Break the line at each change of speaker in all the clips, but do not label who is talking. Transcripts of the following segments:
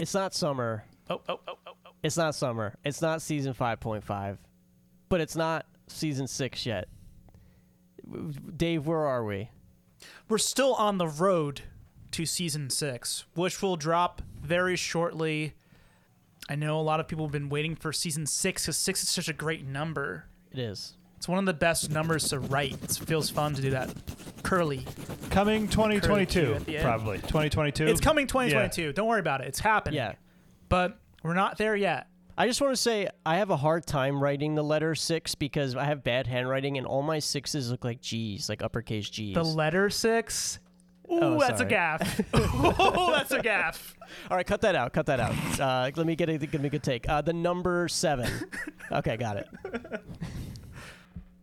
It's not summer.
Oh, oh, oh, oh, oh.
It's not summer. It's not season 5.5, but it's not season 6 yet. Dave, where are we?
We're still on the road to season six, which will drop very shortly. I know a lot of people have been waiting for season six because six is such a great number.
It is.
It's one of the best numbers to write. It feels fun to do that. Curly.
Coming
Curly
2022,
at the end.
probably 2022.
It's coming 2022. Don't worry about it. It's happening.
Yeah.
But we're not there yet.
I just want to say I have a hard time writing the letter 6 because I have bad handwriting and all my sixes look like G's, like uppercase G's.
The letter six. Ooh,
Oh,
that's a
sorry.
gaff. Ooh, that's a gaff.
all right, cut that out. Cut that out. Uh, let me get a, give me a good take. Uh, the number 7. okay, got it.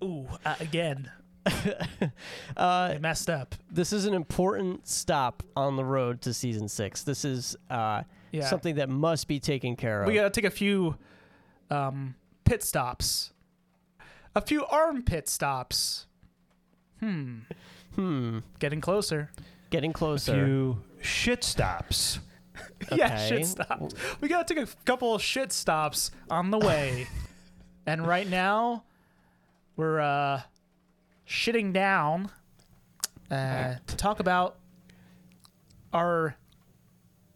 Ooh, uh, again.
Uh,
I messed up.
this is an important stop on the road to season six. This is uh,
Yeah.
something that must be taken care of.
We gotta take a few um, pit stops, a few armpit stops. Hmm,
hmm,
getting closer.
getting
a
closer.
few shit stops.
Yeah,
Okay.
shit stops. We gotta take a couple of shit stops on the way, and right now we're uh, shitting down uh, to talk about our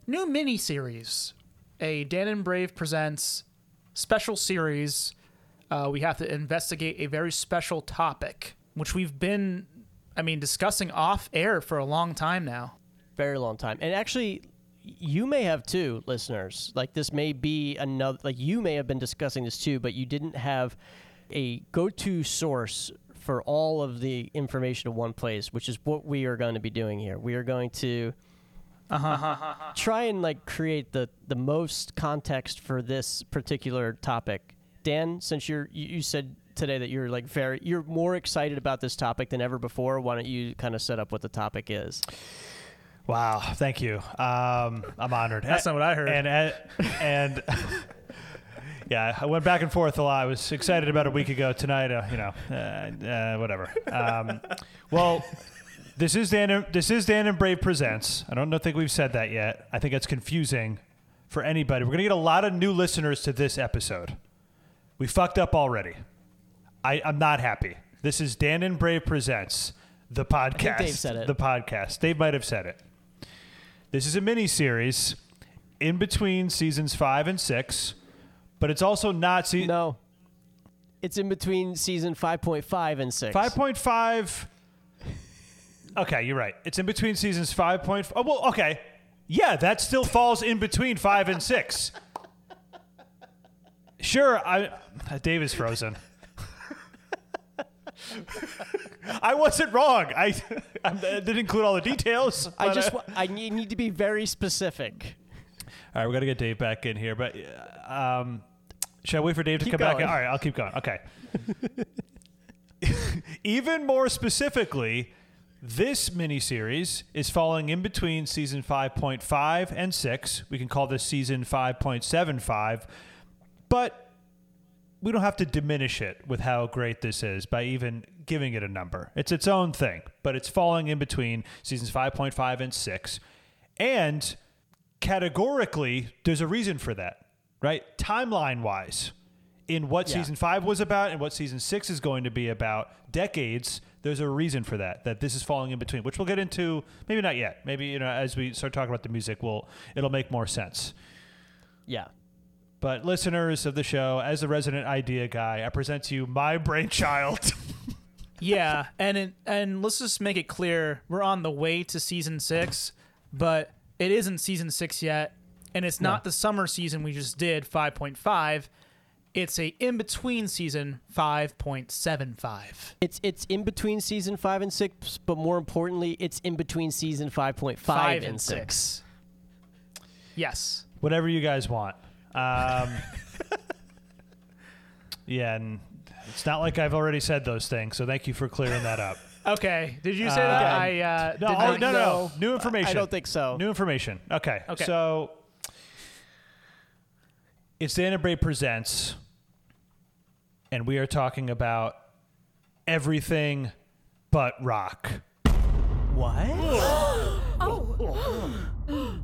new mini series. A Dan and Brave presents special series. Uh, we have to investigate a very special topic, which we've been, I mean, discussing off air for a long time now.
Very long time. And actually, you may have too, listeners. Like this may be another. Like you may have been discussing this too, but you didn't have a go-to source for all of the information in one place, which is what we are going to be doing here. We are going to try and like create the the most context for this particular topic. Dan, since you're you, you said today that you're like very you're more excited about this topic than ever before, why don't you kind of set up what the topic is?
Wow, thank you. Um, I'm honored.
That's not what I heard.
And and yeah, I went back and forth a lot. I was excited about a week ago. Tonight, uh, you know, uh, uh, whatever. Um, well, this is Dan. And, this is Dan and Brave presents. I don't know, think we've said that yet. I think that's confusing for anybody. We're gonna get a lot of new listeners to this episode. We fucked up already. I, I'm not happy. This is Dan and Brave presents the
think
podcast.
Dave said it.
The podcast. Dave might have said it. This is a mini series in between seasons five and six, but it's also not se-
No. It's in between season 5.5 and 6.
five point five. Okay, you're right. It's in between seasons five point. Oh well, okay, yeah, that still falls in between five and six. Sure, I. uh, Dave is frozen. I wasn't wrong. I, I didn't include all the details.
I
but,
just
uh,
wa- I need, need to be very specific.
All right, we're gonna get Dave back in here, but uh, um, should I wait for Dave to
Keep
come back? in?
going.
All right, I'll keep going. Okay. Even more specifically, this miniseries is falling in between season 5.5 and 6. We can call this season 5.75, but we don't have to diminish it with how great this is by even giving it a number. It's its own thing, but it's falling in between seasons 5.5 and 6. And categorically, there's a reason for that, right? Timeline wise, in what
Yeah.
season five was about and what season six is going to be about, decades, there's a reason for that, that this is falling in between, which we'll get into maybe not yet. Maybe, you know, as we start talking about the music, we'll, it'll make more sense.
Yeah.
But listeners of the show, as the resident idea guy, I present to you my brainchild.
yeah, and it, and let's just make it clear we're on the way to season six, but it isn't season six yet, and it's not the summer season we just did five point five. It's a in between season five point seven five.
It's it's in between season 5 and 6, but more importantly, it's in between season 5.5 and, 6.
Yes.
Whatever you guys want. Um, yeah, and it's not like I've already said those things, so thank you for clearing that up.
Okay. Did you say that? I uh,
No,
did
oh,
not
no,
know.
no, new information.
I don't think so.
New information. Okay.
Okay.
So it's Dana Bray presents, and we are talking about everything but rock.
What?
Oh.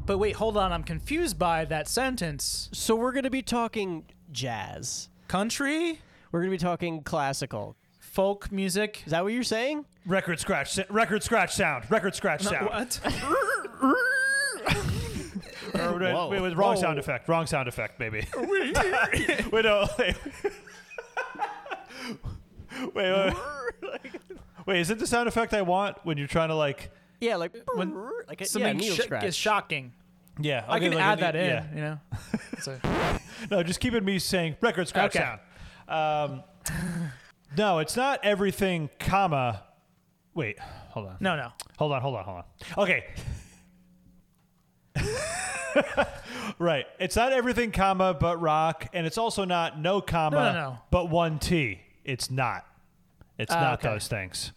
But wait, hold on. I'm confused by that sentence.
So we're going to be talking jazz.
Country,
We're going to be talking classical.
folk music.
Is that what you're saying?
Record scratch, sa- record scratch sound, record scratch sound.
What?
Or would it-
Whoa.
It was wrong
Whoa.
sound effect. Wrong sound effect, maybe. wait, no. Wait, wait, wait. Wait, is it the sound effect I want when you're trying to like?
Yeah, like
When
like a, yeah,
Something
needle
sh-
scratch.
is shocking.
Yeah,
I
okay,
can
like
add
the-
that in.
yeah.
You know. So,
No, just keeping me saying record scratch
Okay.
sound. Um, no, it's not everything, comma. Wait, hold on.
no, no.
Hold on, hold on, hold on. Okay. right. It's not everything comma but rock, and it's also not no comma
No, no, no.
but one T. It's not. It's
Ah,
not
okay.
those things.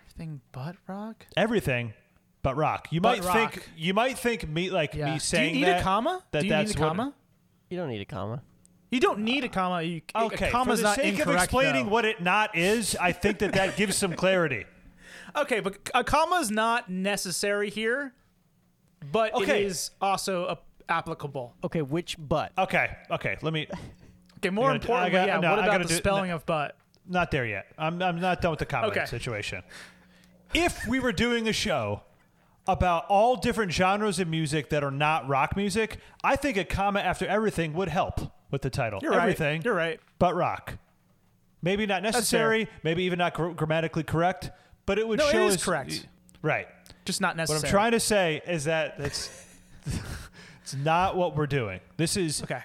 Everything but rock.
Everything but rock. You
But
might think
rock.
you might think me like
Yeah.
me saying
Do you need
that,
a comma?
that
Do you
that's
need a
what-
comma?
you don't need a comma.
You don't need a comma. You,
Okay,
a comma's
for the
not
sake of
incorrect,
explaining
though.
what it not is, I think that that gives some clarity.
Okay, but a comma's not necessary here, but
Okay.
it is also a- applicable.
Okay, which but?
Okay, okay, let me.
Okay, more
You gotta- I
importantly,
got-
yeah,
no,
what
I
about
gotta
the
do-
spelling of but?
Not there yet. I'm, I'm not done with the comedy
Okay.
situation. If we were doing a show about all different genres of music that are not rock music, I think a comma after everything would help with the title.
You're
everything
right. You're right.
but rock. Maybe not
fair.
necessary, maybe even not gr- grammatically correct, but it would
No, it
show
is
us-
correct.
Right.
Just not
What
necessary.
I'm trying to say is that it's, it's not what we're doing. This is
Okay.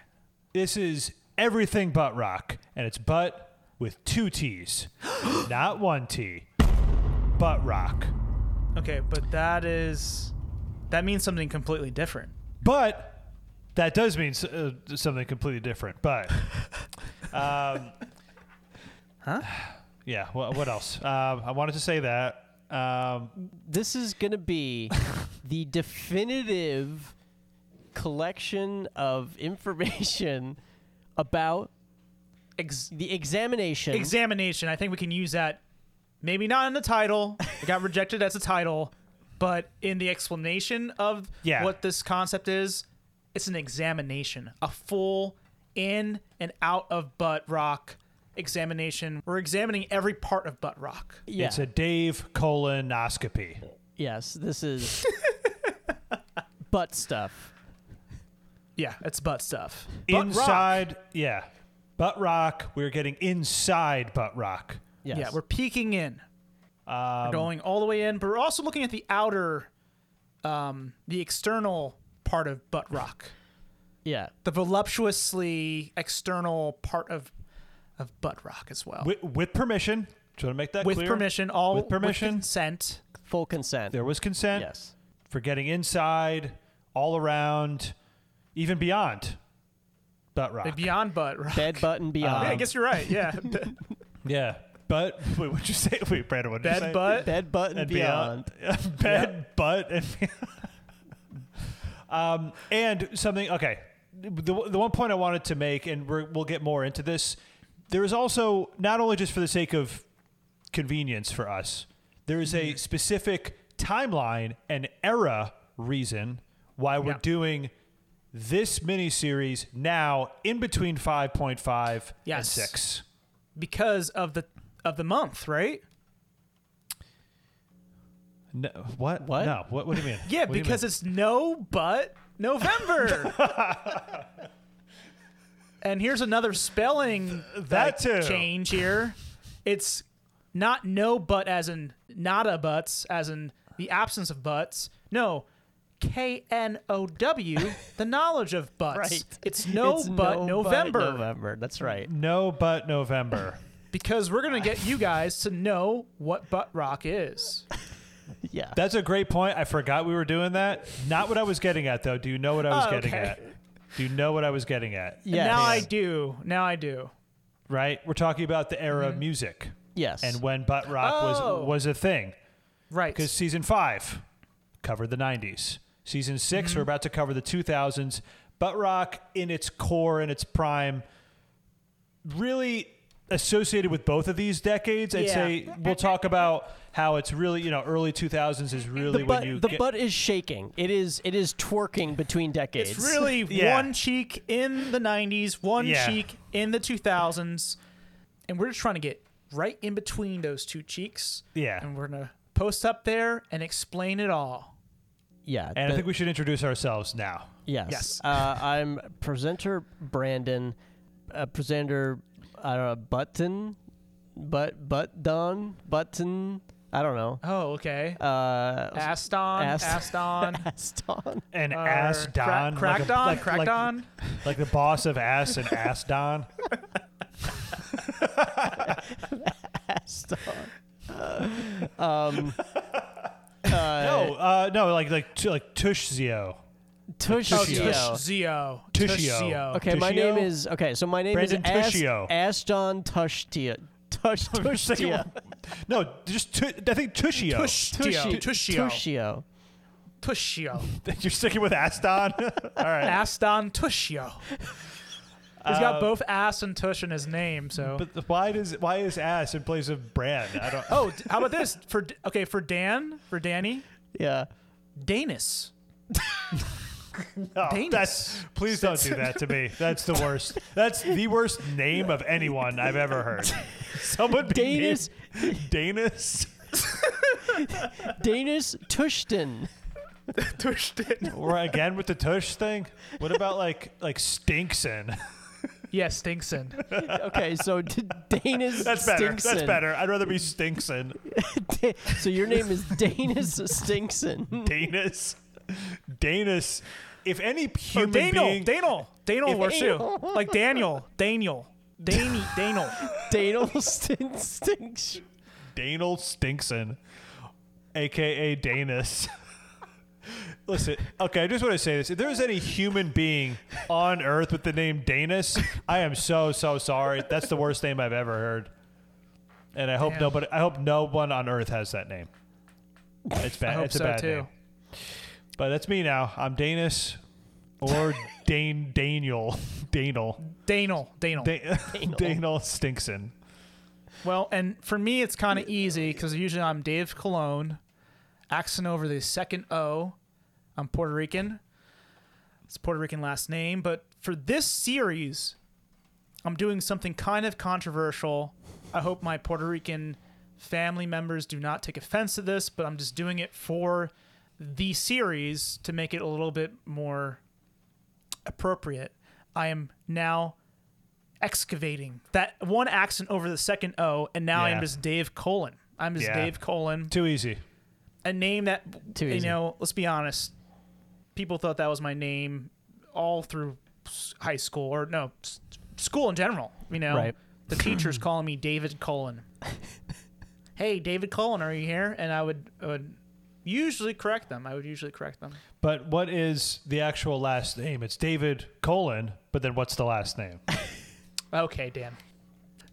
this is everything but rock, and it's but with two T's, not one T. But rock.
Okay, but that is that means something completely different.
But that does mean s- uh, something completely different. But, um,
Huh?
Yeah. wha- what else? Um, I wanted to say that. Um,
This is going to be the definitive collection of information about
Ex-
the examination.
examination. I think we can use that. Maybe not in the title. It got rejected as a title, but in the explanation of
Yeah.
what this concept is, it's an examination, a full in and out of butt rock examination. We're examining every part of butt rock.
yeah.
It's a Dave colonoscopy.
yes, this is butt stuff.
Yeah, it's butt stuff. Butt rock.
inside. Yeah. Butt rock. We're getting inside butt rock.
Yes.
Yeah, we're peeking in. we're going all the way in, but we're also looking at the outer, um, the external part of butt rock,
yeah.
the voluptuously external part of of butt rock as well.
With, with permission. Trying to make that
With
clear.
permission, all
With permission.
consent. uh,
Full consent.
There was consent
Yes.
for getting inside, all around, even beyond. Butt rock.
Beyond butt rock.
Bed button beyond.
yeah, I guess you're right. Yeah, bed
yeah. But wait, what'd you say? Wait, Brandon, what'd you say?
butt.
Bed button
and
beyond.
beyond. Bed, butt, and beyond. um, and something. Okay, the the one point I wanted to make, and we're, we'll get more into this. There is also not only just for the sake of convenience for us. There is
Mm-hmm.
a specific timeline and era reason why we're
Yeah.
doing this miniseries now in between 5.5 and
Yes.
6.
because of the of the month, right?
No, what?
What?
No. What, what do you mean?
Yeah,
What do you mean?
because it's no but November. and here's another spelling
that
like,
too.
change here. It's not no but as in not a buts as in the absence of buts. No. K N O W, the knowledge of butts.
Right.
It's no
It's
but
no
November
But November. That's right.
no, but November.
because we're going to get you guys to know what butt rock is.
Yeah.
That's a great point. I forgot we were doing that. Not what I was getting at, though. Do you know what I was
Oh,
getting
okay.
at? Do you know what I was getting at?
And
Yes.
Now I do. Now I do.
Right? We're talking about the era of music
Yes.
and when butt rock
Oh.
was was a thing.
Right.
Because season five covered the '90s. Season 6 we we're about to cover the 2000s. Butt rock in its core and its prime really associated with both of these decades. I'd
Yeah.
say we'll talk about how it's really, you know, early 2000s is
The
really when
butt,
you
the
get,
butt is shaking. It is it is twerking between decades.
It's really
Yeah.
one cheek in the 90s, one
Yeah.
cheek in the 2000s. And we're just trying to get right in between those two cheeks.
Yeah.
And we're going to post up there and explain it all.
yeah.
And
the-
I think we should introduce ourselves now.
Yes.
Yes.
Uh, I'm presenter Brandon, uh, presenter I don't know Button, but but Don Button. I don't know.
Oh, okay.
Uh,
Aston,
Ast-
Aston.
Aston.
And ass
or
Don,
Uh, Cra-
like a-
Crack Don,
like-
Crack
like-
Don.
like the boss of ass and ass Don.
Aston. Uh, um,
No, uh, no, like like t- like Tushzio.
Oh,
Tushio.
Tushio.
Tushio.
Tushio.
Okay, my
Tushio?
name is okay. So my name
Brandon
is Ash,
Tushio.
Ashton Tushtia. Tush Tushtia.
No, just tu- I think Tushio.
Tushio. Tushio.
Tushio.
Tushio.
You're sticking with ass Don. All right. Uh,
Aston Tushio. He's got both ass and tush in his name, so.
But the- why does why is ass in place of brand? I don't.
oh, d- how about this for d- okay for Dan for Danny
Yeah.
Danis.
No,
Danis.
that's please don't do that to me. That's the worst. That's the worst name of anyone I've ever heard. Someone be
Danis
named Danis.
Danis Tushton.
Tushton.
We're again with the tush thing. What about like like Stinkson?
Yeah, Stinkson.
Okay, so d- Danis
That's better. That's
Stinkson.
better. I'd rather be Stinkson.
Da- so your name is Danis Stinkson.
Danis. Danis. If any
Or
human
Daniel.
being,
Daniel. Daniel works too. Like Daniel. Daniel. Danny. Daniel.
Danil Stin- Stinkson.
Daniel Stinkson, aka Danis. Listen, okay, I just want to say this. If there's any human being on earth with the name Danis, I am so so sorry. That's the worst name I've ever heard. And I hope
Damn.
nobody I hope no one on earth has that name. It's bad.
I hope
it's a
so
bad
too.
name. But that's me now. I'm Danis or Dane Daniel. Daniel.
Daniel. Daniel.
Da- Daniel Stinkson.
well, and for me it's kind of easy because usually I'm Dave Cologne, accent over the second O. I'm Puerto Rican. It's Puerto Rican last name, but for this series, I'm doing something kind of controversial. I hope my Puerto Rican family members do not take offense to this, but I'm just doing it for the series to make it a little bit more appropriate. I am now excavating that one accent over the second O, and now
Yeah.
I'm just Dave Colon. I'm just
Yeah.
Dave Colon
Too easy.
a name that
Too
you
easy.
know. Let's be honest. People thought that was my name all through s- high school, or no, s- school in general. You know,
Right.
the teachers calling me David Cullen. hey, David Cullen, are you here? And I would, I would usually correct them. I would usually correct them.
But what is the actual last name? It's David colon, but then what's the last name?
Okay, Dan.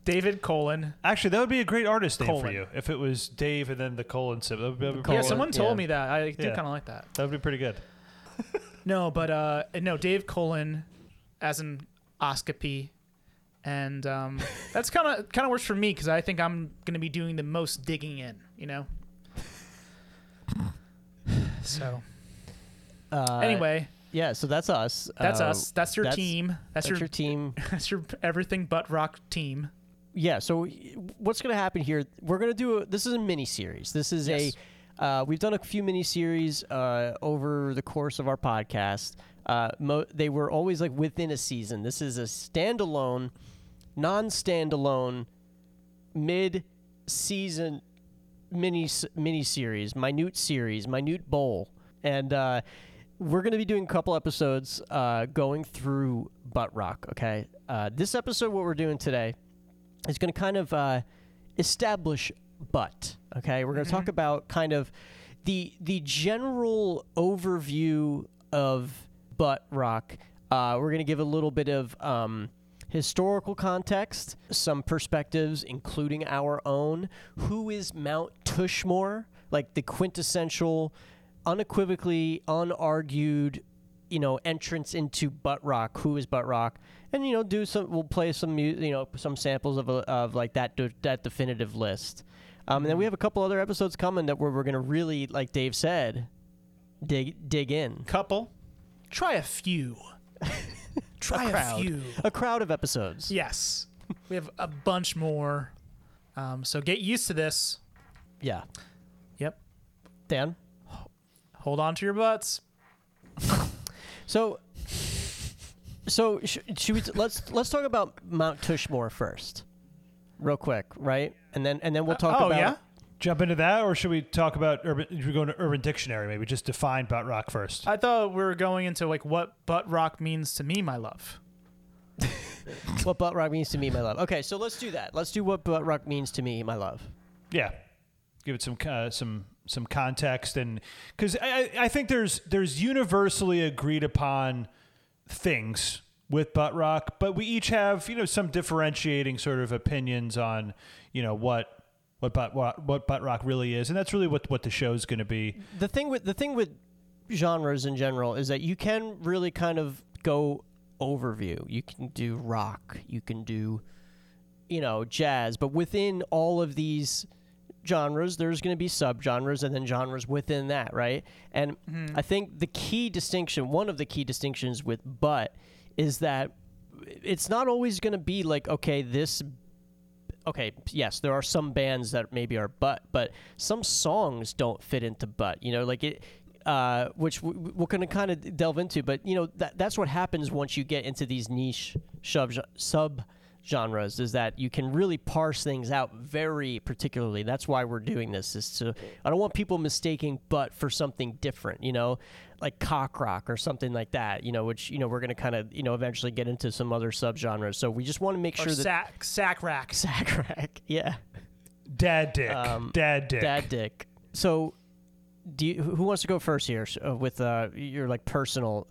David Colon.
Actually, that would be a great artist name for
Colon.
you if it was Dave and then the colon symbol. That would be, that would be
Yeah,
Colon,
someone told
yeah.
me that. I do
Yeah.
kind of like that.
that would be pretty good.
No, but uh, no, Dave Cullen, as an oscopy, and um, that's kind of kind of works for me because I think I'm gonna be doing the most digging in, you know. So
Uh,
anyway,
yeah. So that's us.
that's
Uh,
us. That's your
that's-
team. That's,
That's
your,
your team.
that's your everything but rock team.
yeah so what's going to happen here we're going to do a, this is a mini series this is
Yes.
a uh, we've done a few mini series uh, over the course of our podcast uh, mo- they were always like within a season this is a standalone non-standalone mid season mini mini series, minute series, minute bowl, and uh, we're going to be doing a couple episodes uh, going through Butt Rock. Okay, uh, this episode, what we're doing today, is going to kind of uh, establish Butt. Okay, we're going to talk about kind of the the general overview of Butt Rock. Uh, we're going to give a little bit of um, historical context, some perspectives, including our own. Who is Mount Tushmore? Like the quintessential, unequivocally, unargued you know entrance into butt rock who is butt rock and you know do some we'll play some mu- you know some samples of, a, of like that de- that definitive list um,
Mm-hmm.
and then we have a couple other episodes coming that where we're gonna really like dave said dig dig in
Couple.
Try a few. Try a,
crowd.
few.
a crowd of episodes
Yes. We have a bunch more. Um, so get used to this.
yeah
Yep.
dan
Hold on to your butts.
So, so sh- should we? let's let's talk about Mount Tushmore first, real quick, right? And then and then we'll talk
oh,
about.
yeah?
Jump into that, or should we talk about urban? Should we go into Urban Dictionary? Maybe just define butt rock first.
I thought we were going into like what butt rock means to me, my love.
what butt rock means to me, my love. Okay, so let's do that. Let's do what butt rock means to me, my love.
yeah, give it some uh, some some context, and because I, I I think there's there's universally agreed upon things with butt rock, but we each have you know some differentiating sort of opinions on you know what. What butt, what, what butt rock really is, and that's really what what the show's going to be.
The thing with the thing with genres in general is that you can really kind of go overview. You can do rock. You can do, you know, jazz. But within all of these genres, there's going to be subgenres and then genres within that, right? And I think the key distinction, one of the key distinctions with but is that it's not always going to be like, okay, this. Okay, yes, there are some bands that maybe are butt, but some songs don't fit into butt. You know, like it, uh, which w- w- we're going to kind of delve into. But you know, that that's what happens once you get into these niche sub sub genres is that you can really parse things out very particularly. That's why we're doing this is to I don't want people mistaking butt for something different, you know, like cock rock or something like that, you know, which you know we're going to kind of, you know, eventually get into some other subgenres. So we just want to make
Or
sure that
sack sack rack.
sack rack. Yeah.
Dad dick,
Um,
dad dick,
Dad dick. So, do you, who wants to go first here S- uh, with uh, your like personal?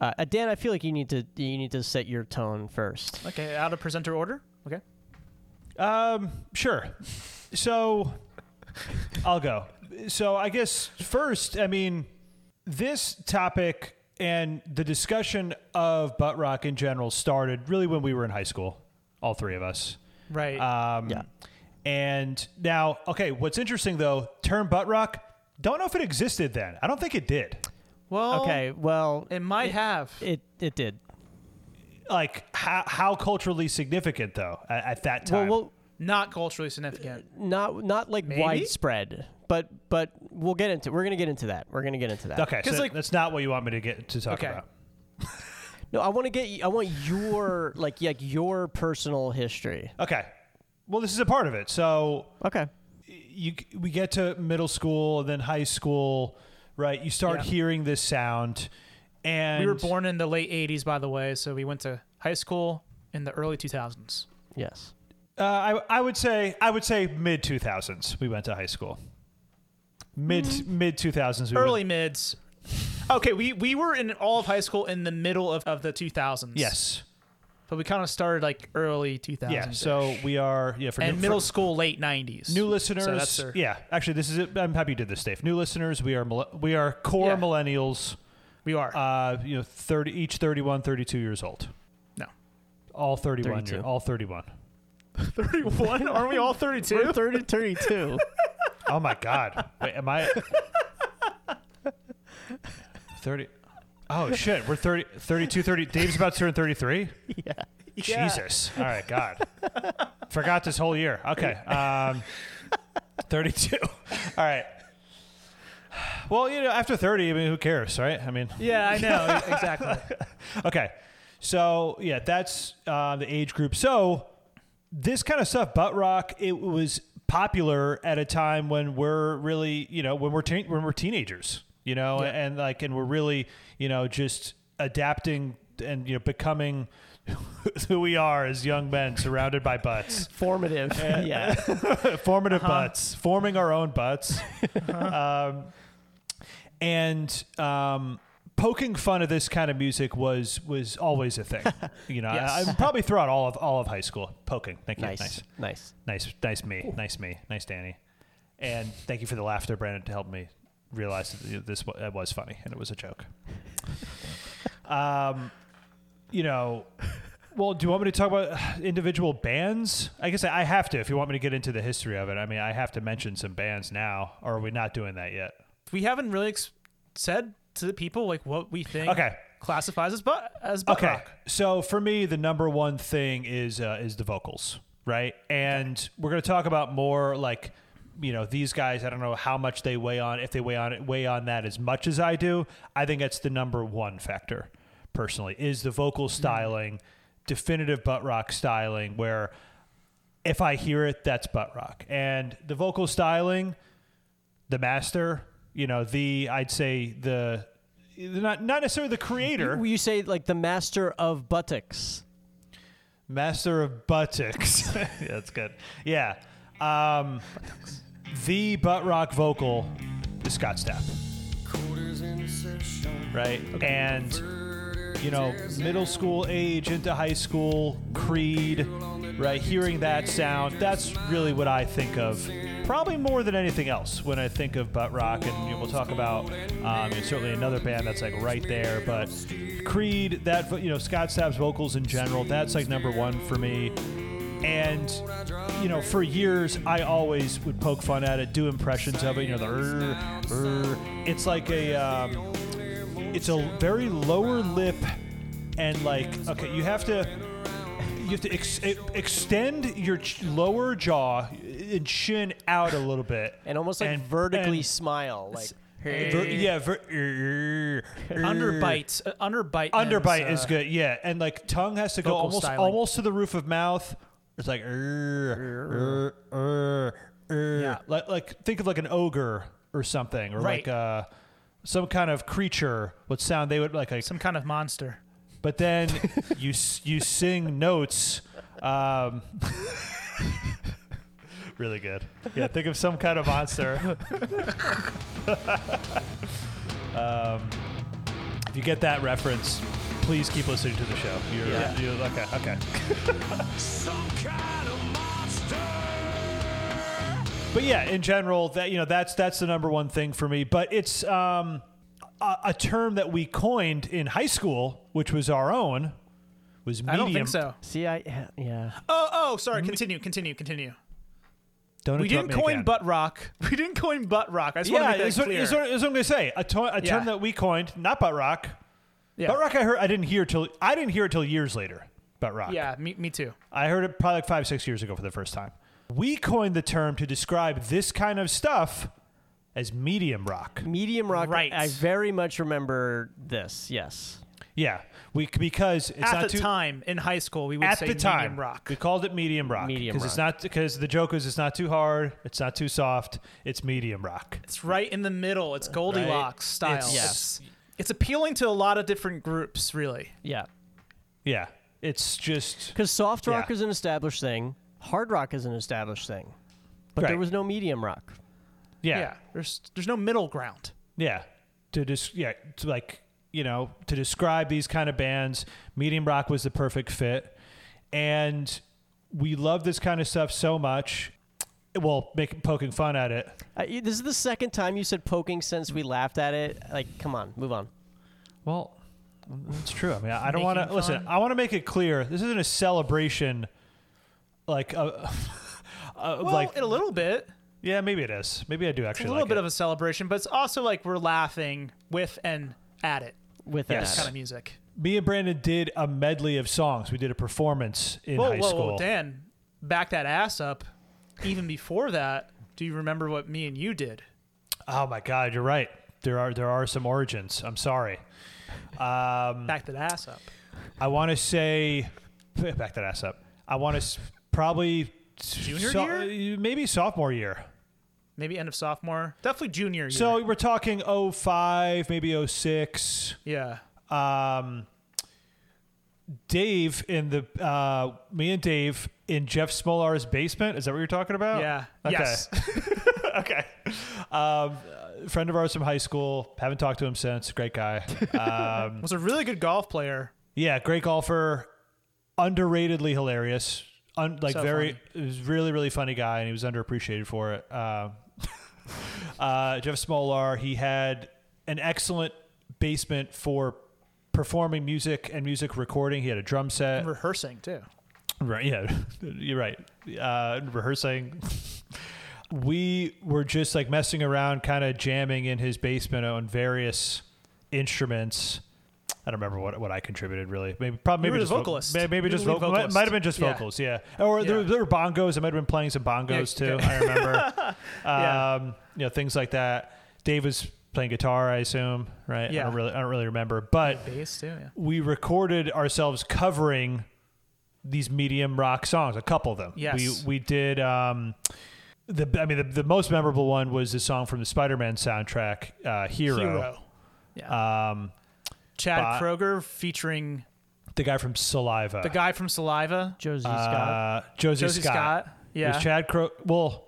Uh, uh, Dan, I feel like you need to you need to set your tone first.
Okay, out of presenter order. Okay.
Um, sure. So I'll go. So I guess first, I mean, this topic and the discussion of butt rock in general started really when we were in high school, all three of us.
Right.
Um,
Yeah.
And now, okay, what's interesting though, term butt rock, don't know if it existed then. I don't think it did.
well,
oh.
Okay, well,
It might have.
it it did.
Like how, how culturally significant though at, at that
Well,
time.
well,
Not culturally significant.
not not like
Maybe?
widespread, but but we'll get into we're gonna get into that. We're gonna get into that.
okay, so
'cause, like-
that's not what you want me to get to talk
Okay.
about.
No, I want to get y- I want your like like your personal history.
Okay. Well, this is a part of it. So
Okay.
you we get to middle school and then high school, right? You start
Yeah.
hearing this sound, and
we were born in the late 80s, by the way, so we went to high school in the early 2000s.
Yes.
Uh, I I would say I would say mid two thousands. We went to high school. Mid mid two thousands. We
Mm-hmm. Early
Went,
mids. Okay, we, we were in all of high school in the middle of, of the 2000s.
yes.
But we kind of started like early 2000s.
Yeah. So we are yeah for
and
new,
middle
for
school, late 90s.
new listeners.
So that's our-
yeah. Actually, this is it. I'm happy you did this, Dave. New listeners. We are mille- we are core
Yeah.
millennials.
we are.
Uh, you know, thirty each 31, 32 years old.
no.
All thirty one.
32.
All thirty one.
31? Aren't we all 32?
30, 32.
Oh my god. Wait, am I 30 Oh shit, we're 30 32 30 Dave's about to turn 33?
yeah.
Jesus. All right, god. Forgot this whole year. Okay. Um 32. All right. Well, you know, after 30, I mean, who cares, right? I mean,
Yeah, I know. e-, exactly.
okay. So yeah, that's uh, the age group. So this kind of stuff, butt rock, it was popular at a time when we're really, you know, when we're teen- when we're teenagers, you know, and like, and we're really, you know, just adapting and you know becoming who we are as young men surrounded by butts
Formative. yeah.
formative
Uh-huh.
butts, forming our own butts, um, and um, poking fun of this kind of music was was always a thing. You know,
Yes.
I, I probably throughout all of all of high school poking. Thank you,
Nice.
nice,
Nice.
nice, nice me, nice me, nice Danny, and thank you for the laughter, Brandon, to help me realize that this wa- that was funny and it was a joke. Um, you know, well, do you want me to talk about individual bands? I guess I have to if you want me to get into the history of it. I mean, I have to mention some bands now, or are we not doing that yet?
We haven't really ex- said to the people like what we think
Okay.
classifies as butt as butt
Okay.
rock.
So for me, the number one thing is uh, is the vocals, right? And we're gonna talk about more like you know these guys. I don't know how much they weigh on if they weigh on weigh on that as much as I do. I think that's the number one factor personally is the vocal styling, definitive butt rock styling where. If I hear it, that's butt rock. And the vocal styling, the master, you know, the I'd say the not not necessarily the creator.
You say like the master of buttocks.
Master of Buttocks. yeah, that's good. Yeah. Um, the butt rock vocal is Scott Stapp,
Quarters in session.
right? And, you know, middle school age into high school, Creed, right? Hearing that sound, that's really what I think of. Probably more than anything else when I think of butt rock, and you know, we'll talk about um, it's certainly another band that's like right there. But Creed, that vo- you know Scott Stapp's vocals in general, that's like number one for me. And you know, for years, I always would poke fun at it, do impressions of it. You know, the "Er, er." it's like a um, it's a very lower lip, and like okay, you have to you have to ex- e- extend your ch- lower jaw and chin out a little bit,
And almost like
And-
vertically
and-
smile. Like
Hey.
Ver- yeah, ver- er, er.
Underbite, uh, underbite, and,
Underbite
uh,
is good, yeah, and like tongue has to go
vocal
almost
styling.
almost to the roof of mouth. It's like er, er, er, er.
Yeah.
Like like think of like an ogre or something, or
Right.
like uh, some kind of creature. What sound they would like? like
Some kind of monster.
but then you s- you sing notes. Um, really good. Yeah, think of some kind of monster. um, Um, if you get that reference, please keep listening to the show. You're,
Yeah.
you're okay. Okay.
Some kind of
But yeah, in general, that you know, that's that's the number one thing for me. But it's um, a, a term that we coined in high school, which was our own, was medium.
I don't think so.
See, I yeah.
Oh, oh, sorry. Continue, continue, continue.
Don't
We
interrupt
didn't
me
coin
again.
butt rock. We didn't coin butt rock. I just
Yeah,
want to make
that's
that
what,
clear.
that's what, that's what I'm gonna say. A, to- a
Yeah.
term that we coined, not butt rock.
yeah.
Butt rock, I heard. I didn't hear till I didn't hear it till years later. Butt rock.
Yeah, me, me too.
I heard it probably like five, six years ago for the first time. We coined the term to describe this kind of stuff as medium rock.
Medium rock.
Right.
I very much remember this. Yes.
Yeah, we because it's
At
not
the
too
time in high school, we would
at
say
the time
medium rock.
We called it medium rock
Medium
because it's not because the joke is it's not too hard, it's not too soft, it's medium rock.
It's right in the middle. It's Goldilocks style.
It's-
Yes.
It's- It's appealing to a lot of different groups, really.
Yeah.
Yeah, it's just
Because soft rock
Yeah.
is an established thing. Hard rock is an established thing. But there
Right.
was no medium rock.
Yeah.
yeah.
There's there's no middle ground.
Yeah. To just yeah, to like you know, to describe these kind of bands, medium rock was the perfect fit, and we love this kind of stuff so much. Well, making poking fun at it.
Uh, you- this is the second time you said poking since we laughed at it. Like, come on, move on.
Well, that's true. I mean, I I don't want
Making
to listen.
fun.
I want to make it clear. This isn't a celebration, like, uh, uh,
Well,
like
in a little bit.
yeah, maybe it is. Maybe I do
A
actually
little bit of a celebration, but it's also like we're laughing with and at it
With
Yes.
that.
kind of music.
Me and Brandon did a medley of songs. We did a performance in
Whoa,
high
whoa,
school.
whoa, Dan, back that ass up. Even before that, do you remember what me and you did?
Oh my God, you're right. There are there are some origins. I'm sorry.
Back that ass up.
I want to say back that ass up. I want to probably junior
year?
maybe sophomore year.
Maybe end of sophomore. Definitely junior year.
So we're talking 05, maybe 06.
yeah,
Um, Dave in the uh, me and Dave in Jeff Smolar's basement. Is that what you're talking about?
yeah,
Okay.
yes.
okay. Um, friend of ours from high school. Haven't talked to him since. Great guy. Mm.
Was a really good golf player.
Yeah, great golfer, underratedly hilarious. Un- like
So
very, it was really really funny guy, and he was underappreciated for it. Um, uh, Jeff Smolar, he had an excellent basement for performing music and music recording. He had a drum set.
rehearsing too.
Right. Yeah. You're right. Uh, rehearsing. we were just like messing around, kind of jamming in his basement on various instruments. I don't remember what, what I contributed really. Maybe probably
You
maybe
were the
just voc-
vocalist.
may- maybe
You
just
were the
vocal.
vocalist.
Might have been just
Yeah.
vocals. Yeah. Or There,
Yeah.
there were bongos. I might have been playing some bongos
Yeah,
too. I remember. um, you know things like that. Dave was playing guitar. I assume. Right. I
Yeah.
don't really. I don't really remember. But
Bass too. Yeah.
we recorded ourselves covering these medium rock songs, a couple of them.
Yes.
We we did um the I mean the, the most memorable one was the song from the Spider-Man soundtrack, uh Hero.
Yeah.
Um,
Chad
but- Uh,
Kroger featuring
The guy from Saliva.
the guy from Saliva,
Josie Scott.
uh, Josie,
Josie Scott.
Scott.
Yeah.
It was Chad Kroger. Well,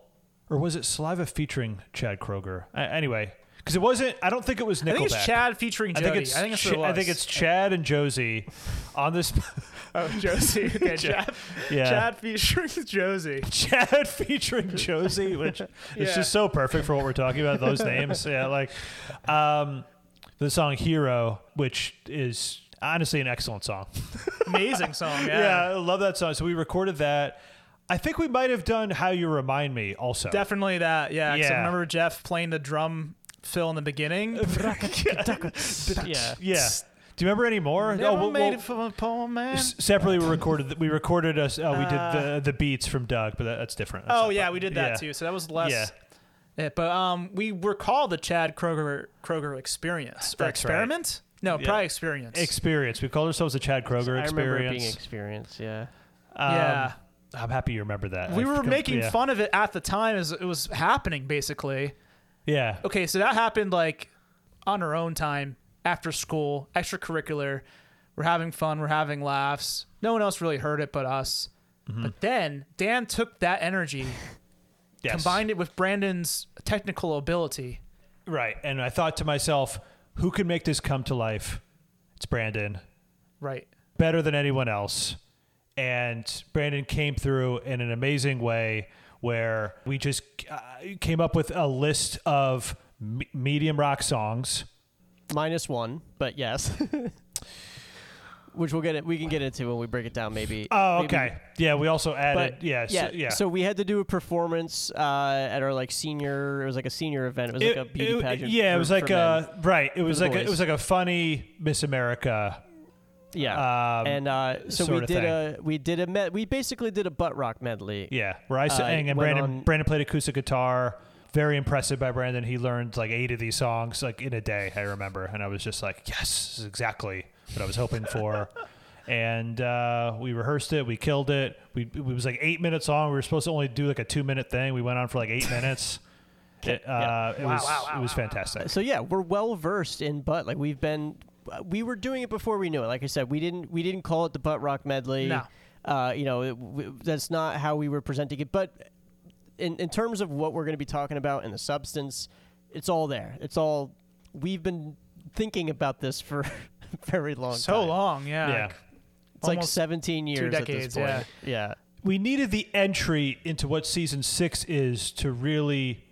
or was it Saliva featuring Chad Kroger? Uh, anyway, cuz it wasn't I don't think it was Nickelback.
I think it's Chad featuring
I
Jody.
think it's
I think that's
Ch-
what it
I think
was.
it's Chad and Josie on this
oh Josie. Okay, Chad.
yeah.
Chad featuring Josie.
Chad featuring Josie, which is
Yeah.
just so perfect for what we're talking about. Those names, yeah, like um, the song "Hero," which is honestly an excellent song.
Amazing song. Yeah.
I love that song. So we recorded that. I think we might have done "How You Remind Me" also.
Definitely that. Yeah. 'cause
Yeah.
I remember Jeff playing the drum fill in the beginning.
yeah.
yeah. Do you remember any more?
Never
well,
made
well,
it from a poem, man.
s- separately, we recorded. We recorded us. Uh, we did the the beats from Doug, but that, that's different. That's
Oh
not
yeah,
fun.
we did that
Yeah.
too. So that was less.
Yeah.
It, but um, we recall the Chad Kroger Kroger experience or
That's right.
experiment. No,
Yeah.
probably experience.
Experience. We called ourselves the Chad Kroger
I
experience.
remember it being experience. Yeah.
Um,
Yeah.
I'm happy you remember that.
we
I've
were
com-
making
yeah.
fun of it at the time as it was happening, basically.
Yeah.
Okay, so that happened like on our own time, after school, extracurricular. We're having fun. We're having laughs. No one else really heard it but us.
Mm-hmm.
But then Dan took that energy,
Yes.
combined it with Brandon's technical ability.
Right. And I thought to myself, who can make this come to life? It's Brandon.
Right.
Better than anyone else. And Brandon came through in an amazing way where we just uh, came up with a list of me- medium rock songs.
minus one, but yes. Which we'll get it. We can get into when we break it down, maybe.
Oh,
maybe-
okay. yeah, we also added.
But
yeah,
yeah,
so, yeah.
So we had to do a performance uh, at our like senior. It was like a senior event. It was like a beauty
it-
pageant.
yeah, it
for-
was like
for men.
a right. It was
the
like a, it
boys.
was like a funny Miss America.
yeah.
um,
and uh, so
sort
we
of
did a we did a med- we basically did a butt rock medley.
Yeah, where I sang
Uh,
and
went
Brandon
on-
Brandon played acoustic guitar. Very impressive by Brandon. He learned like eight of these songs like in a day. I remember, and I was just like, "Yes, this is exactly what I was hoping for." and uh, we rehearsed it. We killed it. We it was like eight minutes long. We were supposed to only do like a two minute thing. We went on for like eight minutes. It, uh, it was it was fantastic.
So yeah, we're well versed in butt. Like we've been, we were doing it before we knew it. Like I said, we didn't we didn't call it the butt rock medley.
No.
Uh, you know, it, w that's not how we were presenting it. But in in terms of what we're going to be talking about and the substance, it's all there. It's all we've been thinking about this for a very long
So
time.
long. Yeah.
Yeah.
It's like
Almost
17 years
decades,
at this
yeah.
point. Yeah.
we needed the entry into what season six is to really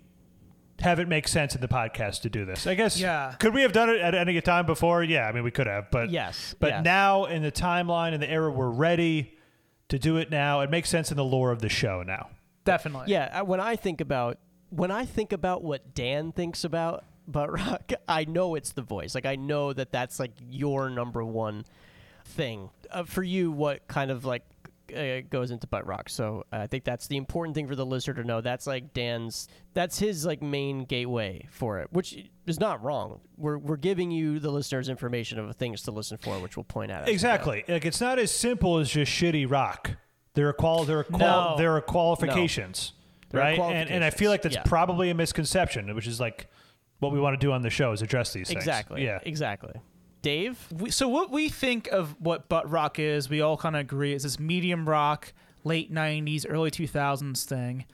have it make sense in the podcast to do this. I guess.
Yeah.
Could we have done it at any time before? Yeah. I mean, we could have, but
Yes,
But
yes.
now in the timeline and the era, we're ready to do it now. It makes sense in the lore of the show now.
Definitely.
Yeah, I- when I think about when I think about what Dan thinks about butt rock, I know it's the voice. Like I know that that's like your number one thing uh, for you. What kind of like uh, goes into butt rock? So uh, I think that's the important thing for the listener to know. That's like Dan's. That's his like main gateway for it, which is not wrong. We're we're giving you the listeners information of things to listen for, which we'll point out. as we go.
Exactly. Like it's not as simple as just shitty rock. There are qual there are qual-
No.
there are qualifications,
There are
right? And, and I feel like that's
qualifications, yeah.
probably a misconception, which is like what we want to do on the show is address these things.
Exactly.
Yeah.
Exactly. Dave.
We, so what we think of what butt rock is, we all kind of agree is this medium rock, late '90s, early 2000s thing.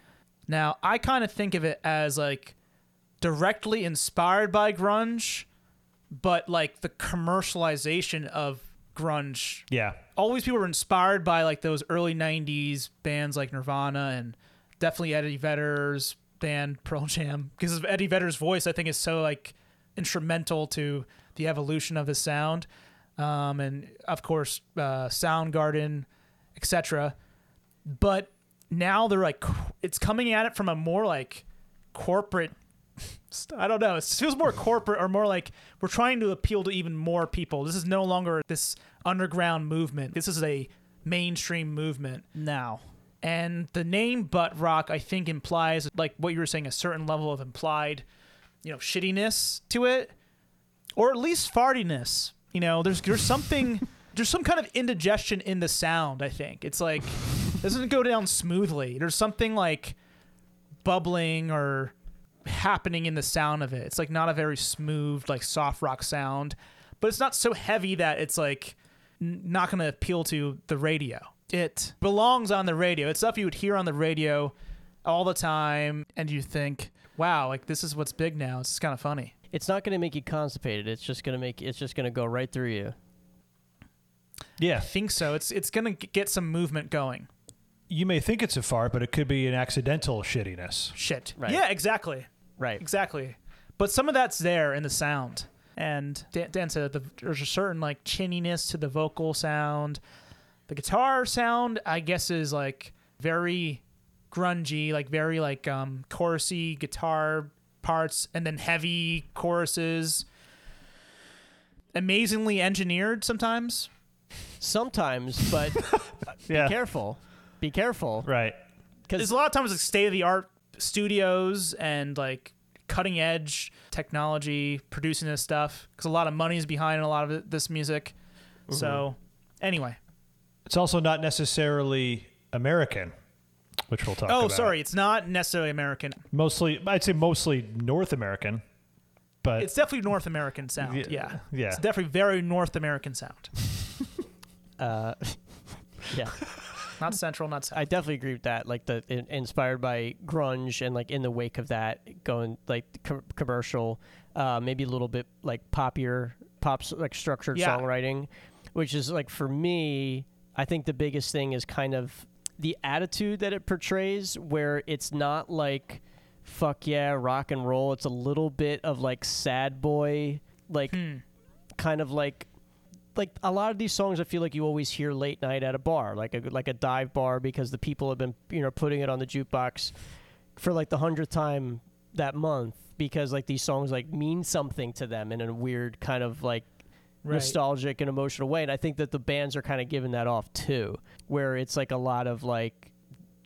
Now I kind of think of it as like directly inspired by grunge, but like the commercialization of grunge
Yeah.
always people were inspired by like those early 90s bands like Nirvana and definitely Eddie Vedder's band Pearl Jam because of Eddie Vedder's voice I think is so like instrumental to the evolution of his sound um, and of course uh, Soundgarden, etc. But now they're like it's coming at it from a more like corporate. I don't know. It feels more corporate or more like we're trying to appeal to even more people. This is no longer this underground movement. This is a mainstream movement.
now.
And the name butt rock, I think, implies like what you were saying, a certain level of implied, you know, shittiness to it, or at least fartiness. You know, there's there's something, there's some kind of indigestion in the sound. I think it's like it doesn't go down smoothly. There's something like bubbling or happening in the sound of it. It's like not a very smooth, like soft rock sound, but it's not so heavy that it's like n- not going to appeal to the radio. It belongs on the radio. It's stuff you would hear on the radio all the time, and you think, "Wow, like this is what's big now." It's kind of funny.
It's not going to make you constipated. It's just going to make it's just going to go right through you.
Yeah.
I think so. It's it's going to get some movement going.
You may think it's a fart, but it could be an accidental shittiness.
Shit.
Right.
Yeah, exactly.
Right.
Exactly. But some of that's there in the sound. And Dan, Dan said the, there's a certain like chinniness to the vocal sound. The guitar sound, I guess, is like very grungy, like very like um chorusy guitar parts, and then heavy choruses. Amazingly engineered sometimes.
Sometimes, but
Yeah.
be careful. Be careful.
Right.
There's a lot of times like state of the art studios and like cutting edge technology producing this stuff because a lot of money is behind a lot of it- this music.
Mm-hmm.
So, anyway.
It's also not necessarily American, which we'll talk
Oh,
about.
sorry, it's not necessarily American.
Mostly, I'd say mostly North American, but
It's definitely North American sound.
Yeah,
Yeah,
yeah.
It's definitely very North American sound.
Uh, yeah,
Not central, not south.
I definitely agree with that. Like the in, inspired by grunge and like in the wake of that, going like co- commercial, uh, maybe a little bit like poppier, pops like structured
Yeah.
songwriting, which is like for me, I think the biggest thing is kind of the attitude that it portrays, where it's not like fuck yeah rock and roll. It's a little bit of like sad boy, like kind of like like a lot of these songs I feel like you always hear late night at a bar, like a like a dive bar because the people have been, you know, putting it on the jukebox for like the 100th time that month because like these songs like mean something to them in a weird kind of like
Right.
nostalgic and emotional way and I think that the bands are kind of giving that off too where it's like a lot of like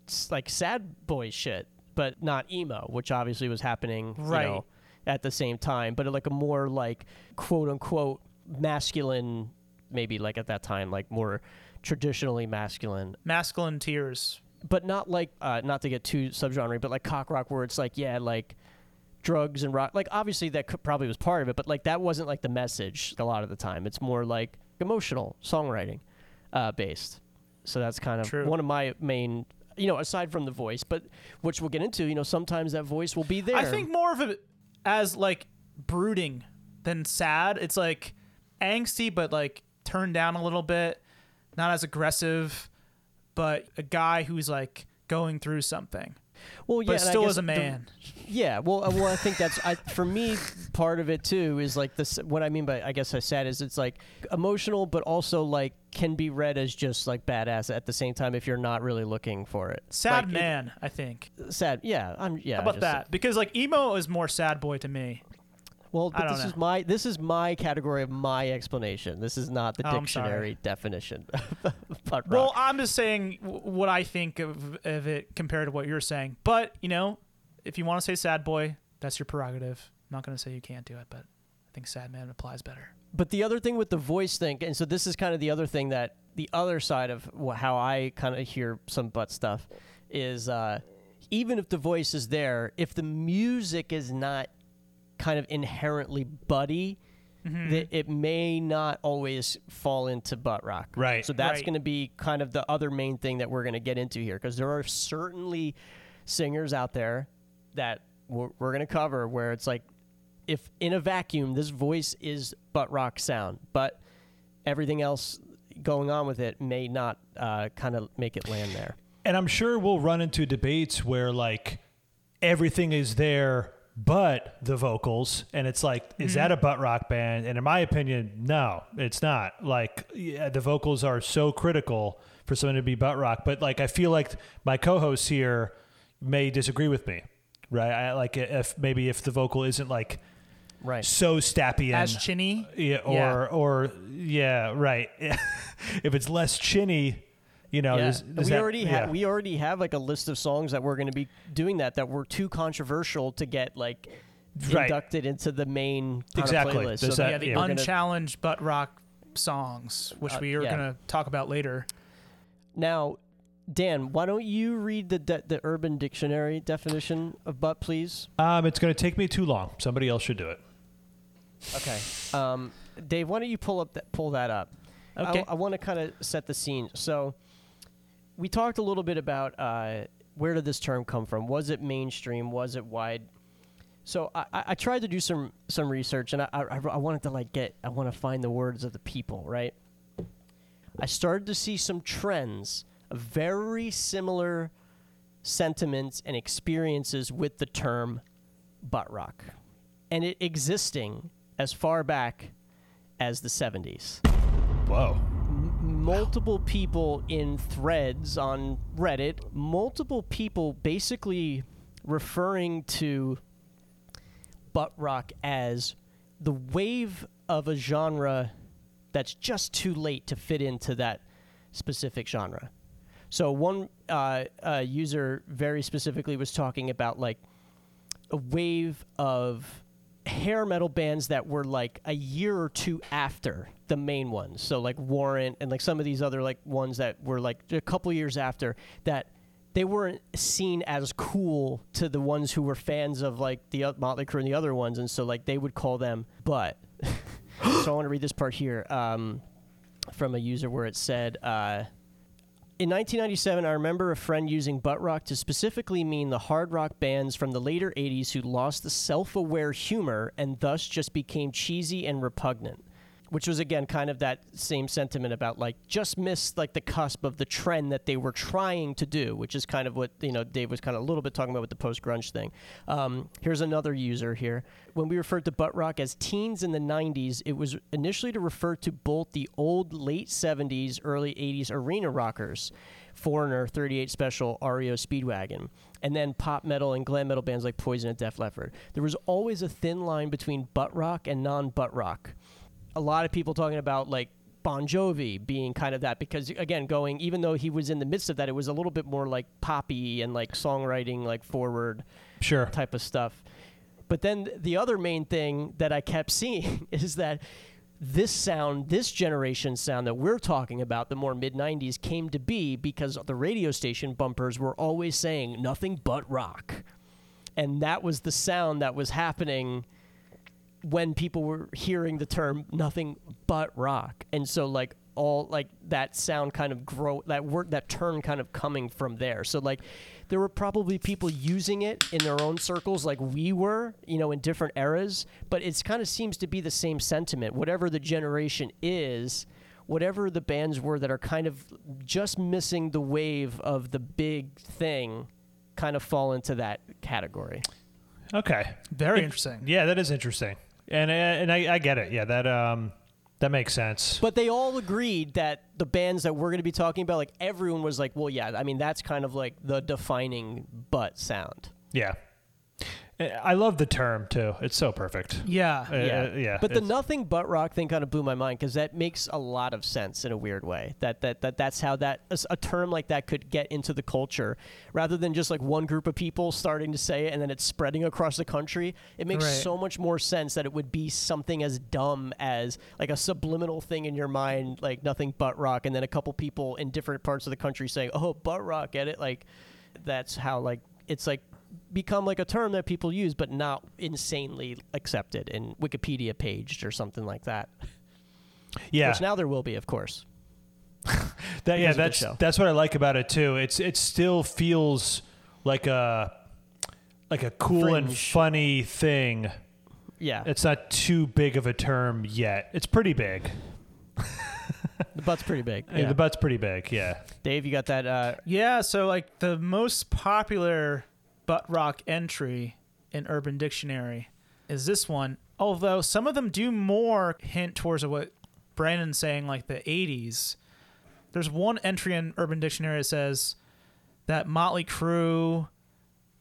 s- like sad boy shit but not emo which obviously was happening you
Right.
know, at the same time, but like a more like quote unquote masculine, maybe like at that time, like more traditionally masculine,
Masculine tears.
but not like uh, not to get too subgenre, but like cock rock where it's like yeah, like drugs and rock, like obviously that could, probably was part of it, but like that wasn't like the message a lot of the time. It's more like emotional songwriting uh, based. So that's kind of
True.
one of my main. You know, aside from the voice, but which we'll get into, you know, sometimes that voice will be there.
I think more of it as like brooding than sad. It's like angsty, but like turned down a little bit, not as aggressive, but a guy who's like going through something,
well,
but
yeah, and I
still
guess
as a
the-
man.
Yeah, well, uh, well, I think that's I, for me. Part of it too is like this. What I mean by I guess I said is it's like emotional, but also like can be read as just like badass at the same time if you're not really looking for it.
sad
Like,
man, I think.
it- sad. Yeah, I'm. Yeah.
How
I
about
just-
that? Because like emo is more sad boy to me.
Well, but
don't
this is
know.
my this is my category of my explanation. This is not the
Oh, I'm
dictionary
sorry.
definition. but
Well, I'm just saying w- what I think of, of it compared to what you're saying. But, you know, if you want to say sad boy, that's your prerogative. I'm not going to say you can't do it, but I think sad man applies better.
But the other thing with the voice thing, and so this is kind of the other thing that the other side of wh- how I kind of hear some butt stuff is uh, even if the voice is there, if the music is not kind of inherently buddy, that it may not always fall into butt rock.
Right.
So that's
Right.
going to be kind of the other main thing that we're going to get into here because there are certainly singers out there that we're, we're going to cover where it's like if in a vacuum this voice is butt rock sound but everything else going on with it may not uh, kind of make it land there
and I'm sure we'll run into debates where like everything is there but the vocals. And it's like, is
Mm-hmm.
that a butt rock band? And in my opinion, no, it's not. Like, yeah, the vocals are so critical for something to be butt rock. But like, I feel like my co hosts here may disagree with me, right? I, like, if maybe if the vocal isn't like
Right.
so stappy
As
and
chinny.
yeah, or
Yeah.
or yeah, right. if it's less chinny, you know,
yeah.
does- does
we
that-
already
yeah.
have we already have like a list of songs that we're going to be doing that that were too controversial to get like
Right.
inducted into the main kind of
Exactly.
playlist. that-
There's that-
yeah, the
yeah. We're gonna-
unchallenged butt rock songs, which
Uh,
we are
yeah.
going to talk about later.
Now, Dan, why don't you read the de- the Urban Dictionary definition of butt, please?
Um, it's going to take me too long. Somebody else should do it.
Okay. Um, Dave, why don't you pull up that pull that up? I-
Okay.
I, want to kind of set the scene. So, we talked a little bit about uh, where did this term come from? Was it mainstream? Was it wide? So I, I I tried to do some some research, and I, I I wanted to like get I want to find the words of the people, right? I started to see some trends of very similar sentiments and experiences with the term butt rock and it existing as far back as the 70s.
Whoa.
Multiple people in threads on Reddit, multiple people basically referring to butt rock as the wave of a genre that's just too late to fit into that specific genre. So one uh, uh, user very specifically was talking about like a wave of hair metal bands that were like a year or two after the main ones. So like Warrant and like some of these other like ones that were like a couple years after that they weren't seen as cool to the ones who were fans of like the uh, Motley Crue and the other ones, and so like they would call them but. so I want to read this part here um, from a user where it said. Uh, in 1997, I remember a friend using butt rock to specifically mean the hard rock bands from the later 80s who lost the self aware humor and thus just became cheesy and repugnant. Which was, again, kind of that same sentiment about like just missed like the cusp of the trend that they were trying to do, which is kind of what, you know, Dave was kind of a little bit talking about with the post grunge thing. Um, here's another user here. When we referred to butt rock as teens in the 90s, it was initially to refer to both the old late 70s, early 80s arena rockers, Foreigner, 38 Special, REO Speedwagon, and then pop metal and glam metal bands like Poison and Def Leppard. There was always a thin line between butt rock and non butt rock. A lot of people talking about like Bon Jovi being kind of that because again going even though he was in the midst of that it was a little bit more like poppy and like songwriting like forward
Sure.
type of stuff. But then the other main thing that I kept seeing is that this sound, this generation sound that we're talking about, the more mid 90s, came to be because the radio station bumpers were always saying nothing but rock. And that was the sound that was happening when people were hearing the term nothing but rock. And so, like, all like that sound kind of grow that word that term kind of coming from there so like there were probably people using it in their own circles like we were you know in different eras but it's kind of seems to be the same sentiment whatever the generation is whatever the bands were that are kind of just missing the wave of the big thing kind of fall into that category
Okay.
Very interesting.
Yeah, that is interesting, and uh, and I, I get it. Yeah, that um, that makes sense.
But they all agreed that the bands that we're going to be talking about, like everyone was like, well, yeah, I mean, that's kind of like the defining butt sound.
Yeah. Uh, I love the term too. It's so perfect.
Yeah.
Uh, yeah. yeah.
But the
It's-
nothing but rock thing kind of blew my mind because that makes a lot of sense in a weird way. That that that that's how that a s- a term like that could get into the culture, rather than just like one group of people starting to say it and then it's spreading across the country. It makes
Right.
so much more sense that it would be something as dumb as like a subliminal thing in your mind, like nothing but rock, and then a couple people in different parts of the country saying, "Oh, butt rock," get it? Like that's how like it's like become like a term that people use but not insanely accepted and wikipedia paged or something like that
yeah.
which now there will be of course
That, yeah,
of the
that's
show.
that's what I like about it too. It's it still feels like a like a cool and
Fringe.
funny thing.
yeah
It's not too big of a term yet. It's pretty big.
the butt's pretty big
I mean,
yeah.
the butt's pretty big. Yeah.
dave you got that uh,
Yeah, so like the most popular butt rock entry in Urban Dictionary is this one. Although some of them do more hint towards what Brandon's saying, like the 80s. There's one entry in Urban Dictionary that says that Motley Crue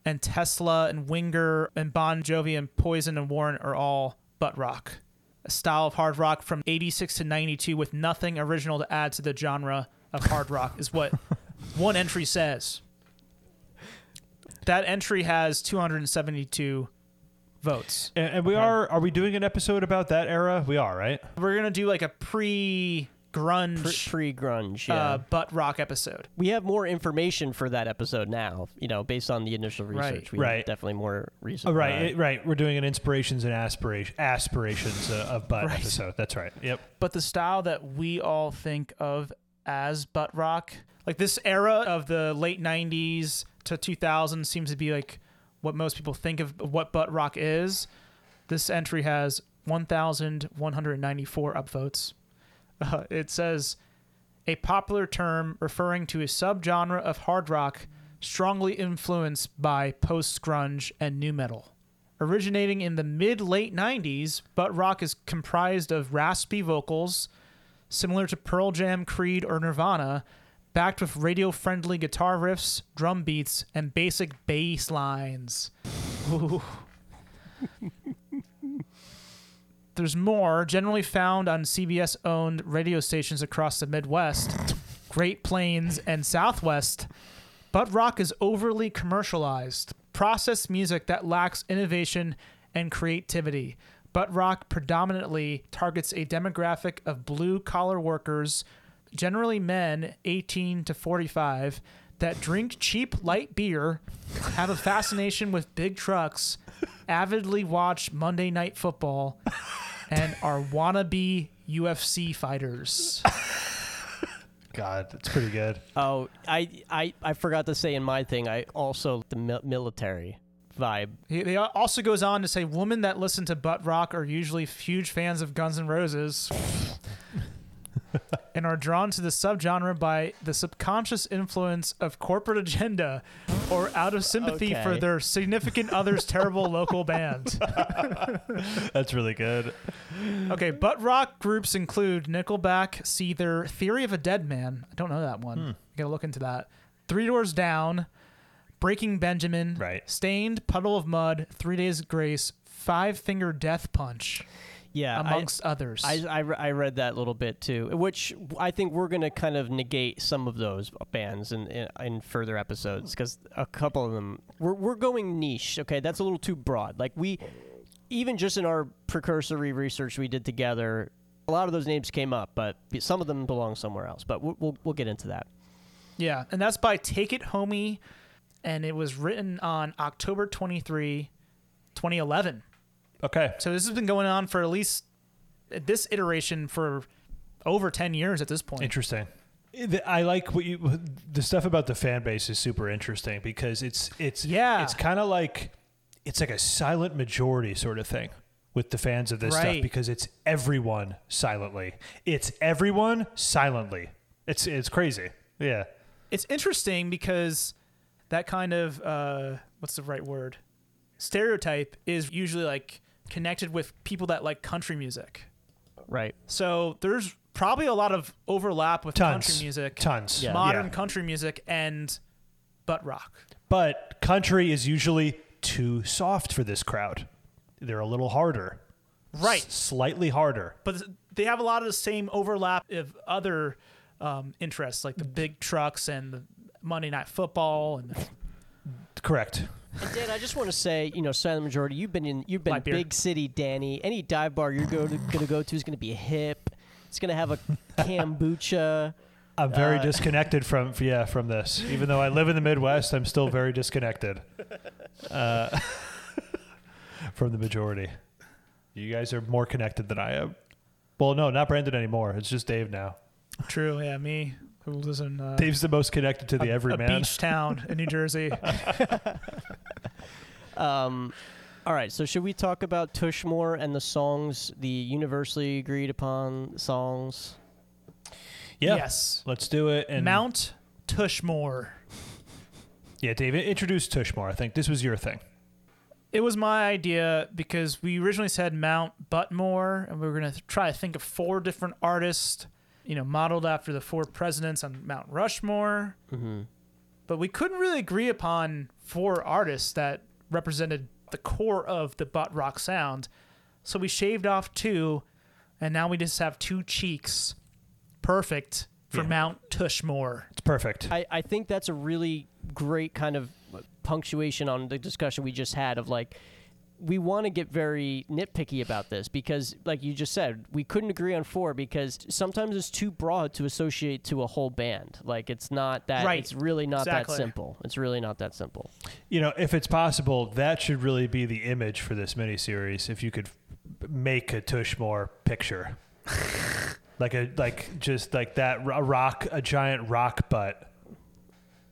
and Tesla and Winger and Bon Jovi and Poison and Warren are all butt rock. A style of hard rock from 86 to 92 with nothing original to add to the genre of hard rock is what one entry says. That entry has 272 votes.
And, and we are are we doing an episode about that era? We are, right?
We're going to do like a pre grunge
Pre grunge, yeah.
uh, butt rock episode.
we have more information for that episode now. You know, based on the initial
Right.
research, we
Right.
have definitely more research.
Oh, right, it- right. We're doing an inspirations and aspiration aspirations uh, of butt episode. That's right. Yep.
but the style that we all think of as butt rock, like this era of the late 90s to 2000 seems to be like what most people think of what butt rock is. This entry has 1,194 upvotes. Uh, it says a popular term referring to a subgenre of hard rock strongly influenced by post grunge and new metal. Originating in the mid late 90s, butt rock is comprised of raspy vocals, similar to Pearl Jam, Creed, or Nirvana, backed with radio friendly guitar riffs, drum beats, and basic bass lines. Ooh. There's more, generally found on CBS owned radio stations across the Midwest, Great Plains, and Southwest. But rock is overly commercialized, processed music that lacks innovation and creativity. But rock predominantly targets a demographic of blue collar workers, generally men 18 to 45, that drink cheap light beer, have a fascination with big trucks, avidly watch Monday Night Football, and are wannabe UFC fighters.
God, that's pretty good.
Oh, I, I I forgot to say in my thing. I also the mil- military vibe.
He, he also goes on to say women that listen to butt rock are usually huge fans of Guns N' Roses and are drawn to the subgenre by the subconscious influence of corporate agenda or out of sympathy for
Okay.
their significant other's terrible local band.
That's really good.
Okay,
Mm-hmm.
butt rock groups include Nickelback, Seether, Theory of a Dead Man. I don't know that one.
Hmm.
Gotta look into that. Three Doors Down, Breaking Benjamin,
Right.
Stained, Puddle of Mud, Three Days Grace, Five Finger Death Punch,
Yeah, I-
amongst others.
I, I, re- I read that little bit too, which I think we're going to kind of negate some of those bands in, in, in further episodes because a couple of them we're, we're going niche. Okay, that's a little too broad. Like we, even just in our precursory research we did together, a lot of those names came up, but some of them belong somewhere else. But we'll we'll, we'll get into that.
yeah, and that's by Take It Homie, and it was written on October 23, 2011.
Okay.
So this has been going on for at least this iteration for over 10 years at this point.
Interesting. I like what you. The stuff about the fan base is super interesting because it's it's
Yeah.
It's kind of like it's like a silent majority sort of thing with the fans of this
Right.
stuff because it's everyone silently. It's everyone silently. It's it's crazy. Yeah.
it's interesting because that kind of uh, what's the right word stereotype is usually like connected with people that like country music
Right.
so there's probably a lot of overlap with
Tons.
country music
Tons. Yeah.
modern
Yeah.
country music and butt rock
But country is usually too soft for this crowd. They're a little harder.
Right.
S- slightly harder.
but they have a lot of the same overlap of other um, interests like the big trucks and the monday night football and
Correct.
And Dan, I just want to say, you know, silent majority. You've been in, you've been
Light beer.
big city, Danny. Any dive bar you're go to, gonna go to is gonna be hip. It's gonna have a kombucha.
I'm
Uh,
very disconnected from yeah from this. Even though I live in the Midwest, I'm still very disconnected uh, from the majority. You guys are more connected than I am. Well, no, not Brandon anymore. It's just Dave now.
true yeah me who lives in uh,
Dave's the most connected to the
a
everyman.
beach town in new jersey
Um, all right, so should we talk about Tushmore and the songs, the universally agreed upon songs?
Yeah.
yes
Let's do it. And
Mount Tushmore.
yeah, Dave, introduce Tushmore. I think this was your thing.
it was my idea because we originally said Mount Butmore, and we were gonna th- try to think of four different artists, you know, modeled after the four presidents on Mount Rushmore.
Mm-hmm.
But we couldn't really agree upon four artists that represented the core of the butt rock sound, so we shaved off two, and now we just have two cheeks, perfect for Mount Tushmore.
It's perfect.
I, I think that's a really great kind of punctuation on the discussion we just had of like we want to get very nitpicky about this because like you just said we couldn't agree on four because sometimes it's too broad to associate to a whole band like it's not that
Right.
it's really not
Exactly.
that simple it's really not that simple
you know, if it's possible, that should really be the image for this miniseries. If you could f- make a Tushmore picture, like a like just like that ro- a rock, a giant rock butt.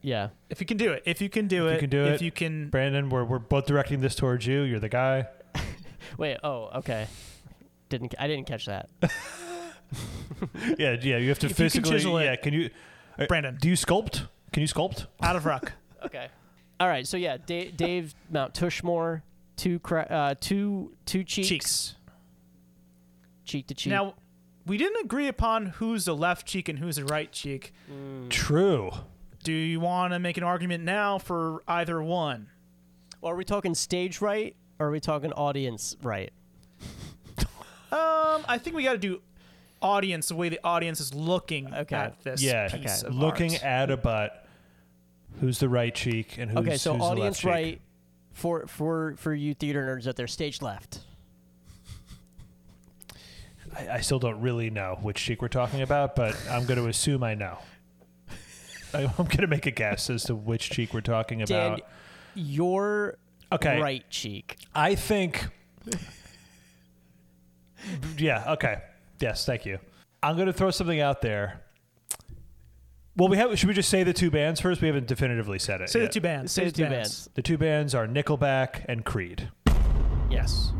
yeah
If you can do it, if you can do it,
If you can do
if
it.
you can
Brandon, we're we're both directing this towards you. You're the guy.
wait oh okay didn't i didn't catch that
Yeah, yeah. You have to
If you can
physically.
chisel it.
yeah, can you? uh,
Brandon.
do you sculpt? Can you sculpt?
out of rock.
okay all right so yeah Da- dave mount tushmore two cra- uh two two cheeks
cheeks.
cheek to cheek
Now, we didn't agree upon who's the left cheek and who's the right cheek. Mm.
True.
Do you want to make an argument now for either one?
Are we talking stage right or are we talking audience right?
Um, I think we got to do audience the way the audience is looking
Okay.
at this
Yeah.
piece of
Looking
art.
at a butt. Who's the right cheek and who's,
okay, so
who's
audience
the left cheek?
right for for for you theater nerds out there, stage left.
I, I still don't really know which cheek we're talking about, but I'm going to assume I know. I, am going to make a guess as to which cheek we're talking
Dan,
about.
your
okay,
right cheek.
I think. yeah. Okay. Yes. Thank you. I'm going to throw something out there. Well, we have. Should we just say the two bands first? We haven't definitively said it.
Say the
yet.
two bands.
Say the two bands.
The two bands are Nickelback and Creed.
Yes.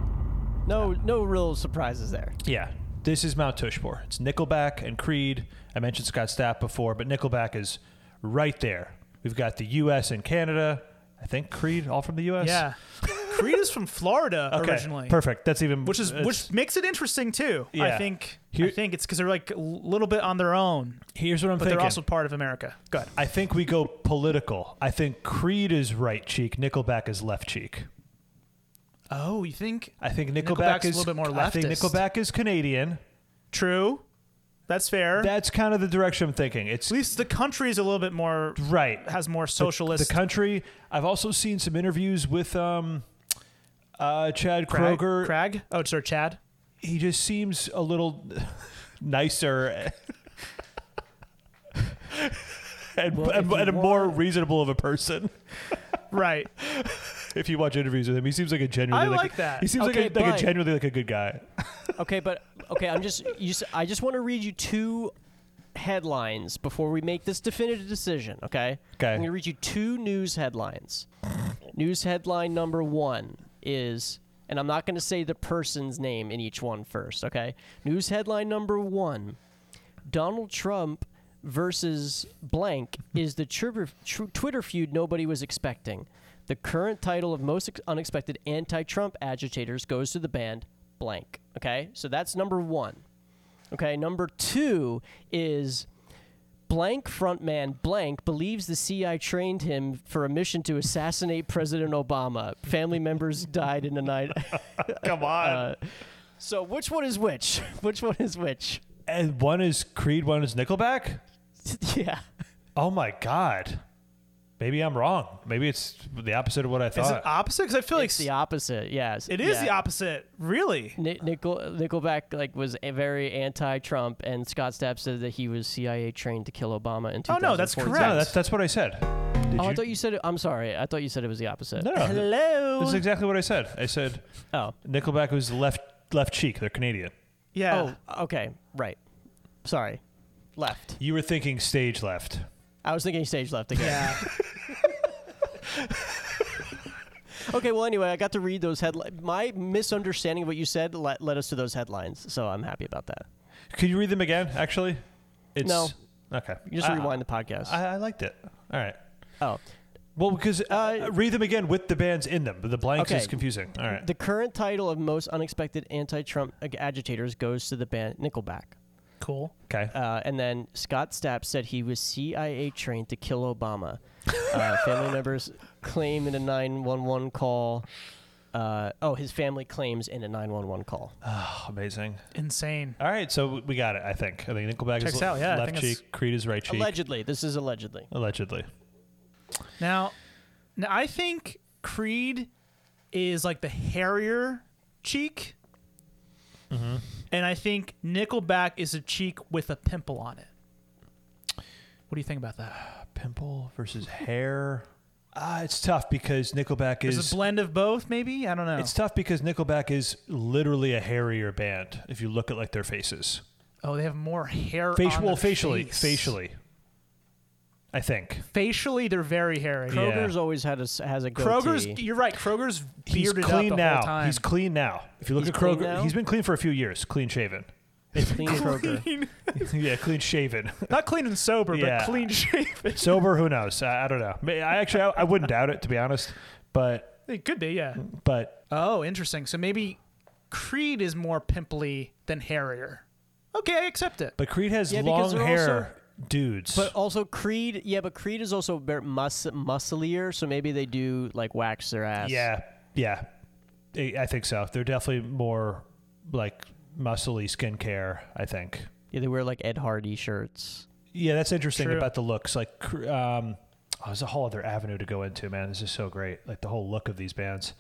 No no real surprises there.
Yeah. This is Mount Tushmore. It's Nickelback and Creed. I mentioned Scott Stapp before, but Nickelback is right there. We've got the U.S. and Canada. I think Creed, all from the U.S.
Yeah. Creed is from Florida
Okay.
originally.
Perfect. That's even
Which is
it's-
which makes it interesting too. I
Yeah.
think I
Here-
think it's because they're like a little bit on their own,
Here's what I'm
but
thinking.
they're also part of America. Go ahead.
I think we go political. I think Creed is right cheek. Nickelback is left cheek.
Oh, you think
I think Nickelback
Nickelback's a
is
little bit more
I think
leftist.
Nickelback is Canadian.
True. That's fair.
That's kind of the direction I'm thinking. It's
At least the country is a little bit more
right.
has more
the-
socialist.
The country. I've also seen some interviews with um, uh, Chad
Crag,
Kroger.
Crag. Oh, sorry, Chad.
He just seems a little nicer and,
Well,
and,
if you
and a more
want-
reasonable of a person.
Right.
If you watch interviews with him, he seems like a genuinely
I
like,
like that.
He seems
Okay,
like, a, like
but-
a genuinely like a good guy.
Okay, but okay, I'm just you s- I just want to read you two headlines before we make this definitive decision, okay?
Okay.
I'm going to read you two news headlines. news headline number 1 is and I'm not going to say the person's name in each one first, okay? News headline number 1 Donald Trump versus blank is the Twitter, tr- Twitter feud nobody was expecting. The current title of most ex- unexpected anti-Trump agitators goes to the band blank. Okay, so that's number one. Okay, number two is blank frontman blank believes the CIA trained him for a mission to assassinate President Obama. Family members died in the night.
Come on.
Uh,
so which one is which? Which one is which?
and one is Creed, one is Nickelback.
yeah.
Oh my god. Maybe I'm wrong. Maybe it's the opposite of what I
Is
thought.
it opposite? Because I feel
It's
like
the opposite. Yes,
it is
yeah.
the opposite. Really?
Ni- Nickel Nickelback like was a very anti-Trump, and Scott Stapp said that he was CIA trained to kill Obama in 2004.
Oh, no, that's correct.
no, that's that's what I said. Did
Oh, I
you-
thought you said. It, I'm sorry. I thought you said it was the opposite.
No, no.
Hello.
That's exactly what I said. I said
oh.
Nickelback was left left cheek. They're Canadian.
Yeah.
Oh. Okay. Right. Sorry. Left.
You were thinking stage left.
I was thinking stage left again.
Yeah.
Okay. Well, anyway, I got to read those headlines. My misunderstanding of what you said led, led us to those headlines, so I'm happy about that.
Could you read them again? Actually, it's
No.
Okay.
You just
I-
rewind the podcast.
I, I liked it. All right.
Oh.
Well, because uh, read them again with the bands in them. but The blanks
Okay.
is confusing. All right.
The current title of most unexpected anti-Trump ag- agitators goes to the band Nickelback.
Cool.
okay.
Uh, and then Scott Stapp said he was CIA trained to kill Obama. Uh, family members claim in a 911 call. Uh, oh, his family claims in a 911 call.
Oh, Amazing.
Insane.
All right. So we got it. I think. I think Nickelback
Checks
is le-
out, yeah, I
left
think it's-
cheek. Creed is right cheek.
Allegedly, this is allegedly.
Allegedly.
Now, now I think Creed is like the hairier cheek,
Mm-hmm.
and I think Nickelback is a cheek with a pimple on it. What do you think about that?
Pimple versus hair. Ah, it's tough because Nickelback
Is
is.
it a blend of both? Maybe I don't know.
it's tough because Nickelback is literally a hairier band if you look at like their faces.
oh, they have more hair.
Facial,
on
well,
their
facially,
face.
facially. I think.
facially, they're very hairy.
Yeah.
Kroger's always had a, s- has a goatee.
Kroger's, you're right. Kroger's
He's
bearded
clean
up the
now.
whole time.
He's clean now. If you look
He's
at
clean
Kroger,
now?
he's been clean for a few years, clean shaven.
clean Kroger.
yeah, clean shaven.
not clean and sober,
Yeah.
but clean shaven.
Sober, who knows? I, I don't know. May- I actually, I, I wouldn't doubt it to be honest. But,
It could be, yeah.
but
Oh, interesting. So maybe Creed is more pimply than hairier. Okay, I accept it.
but Creed has
Yeah, because
long
they're
hair, dudes.
But also Creed, yeah, but Creed is also very mus- musclier, so maybe they do like wax their ass.
yeah, yeah, I, I think so. They're definitely more like muscly skincare. I think.
yeah, they wear like Ed Hardy shirts.
Yeah, that's interesting
True.
about the looks. Like, cr- um, oh, there's a whole other avenue to go into, man. This is so great. Like the whole look of these bands,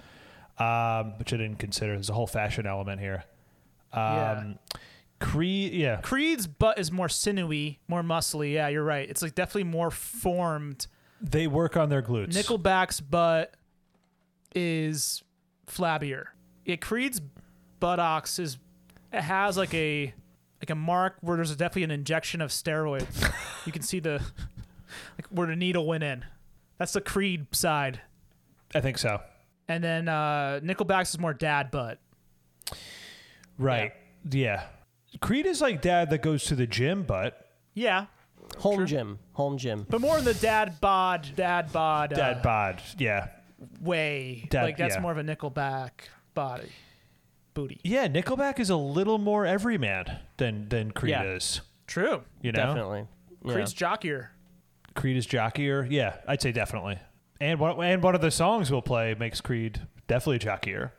um, which I didn't consider. There's a whole fashion element here. Um, Creed, yeah,
Creed's butt is more sinewy, more muscly. Yeah, you're right. It's like definitely more formed.
they work on their glutes.
Nickelback's butt is flabbier. Yeah, Creed's buttocks is it has like a like a mark where there's definitely an injection of steroids. you can see the like where the needle went in. That's the Creed side.
I think so.
And then uh, Nickelback's is more dad butt.
Right. Yeah. Creed is like dad that goes to the gym, but
Yeah,
Home gym, home gym.
but more in the dad bod, dad bod, uh,
dad bod. Yeah.
way.
Dad-
like that's
yeah.
more of a Nickelback body, booty.
Yeah. Nickelback is a little more everyman than than Creed
Yeah.
is.
True.
You know,
Definitely. Yeah.
Creed's jockier.
Creed is jockier. Yeah, I'd say definitely. And one and one of the songs we'll play makes Creed definitely jockier.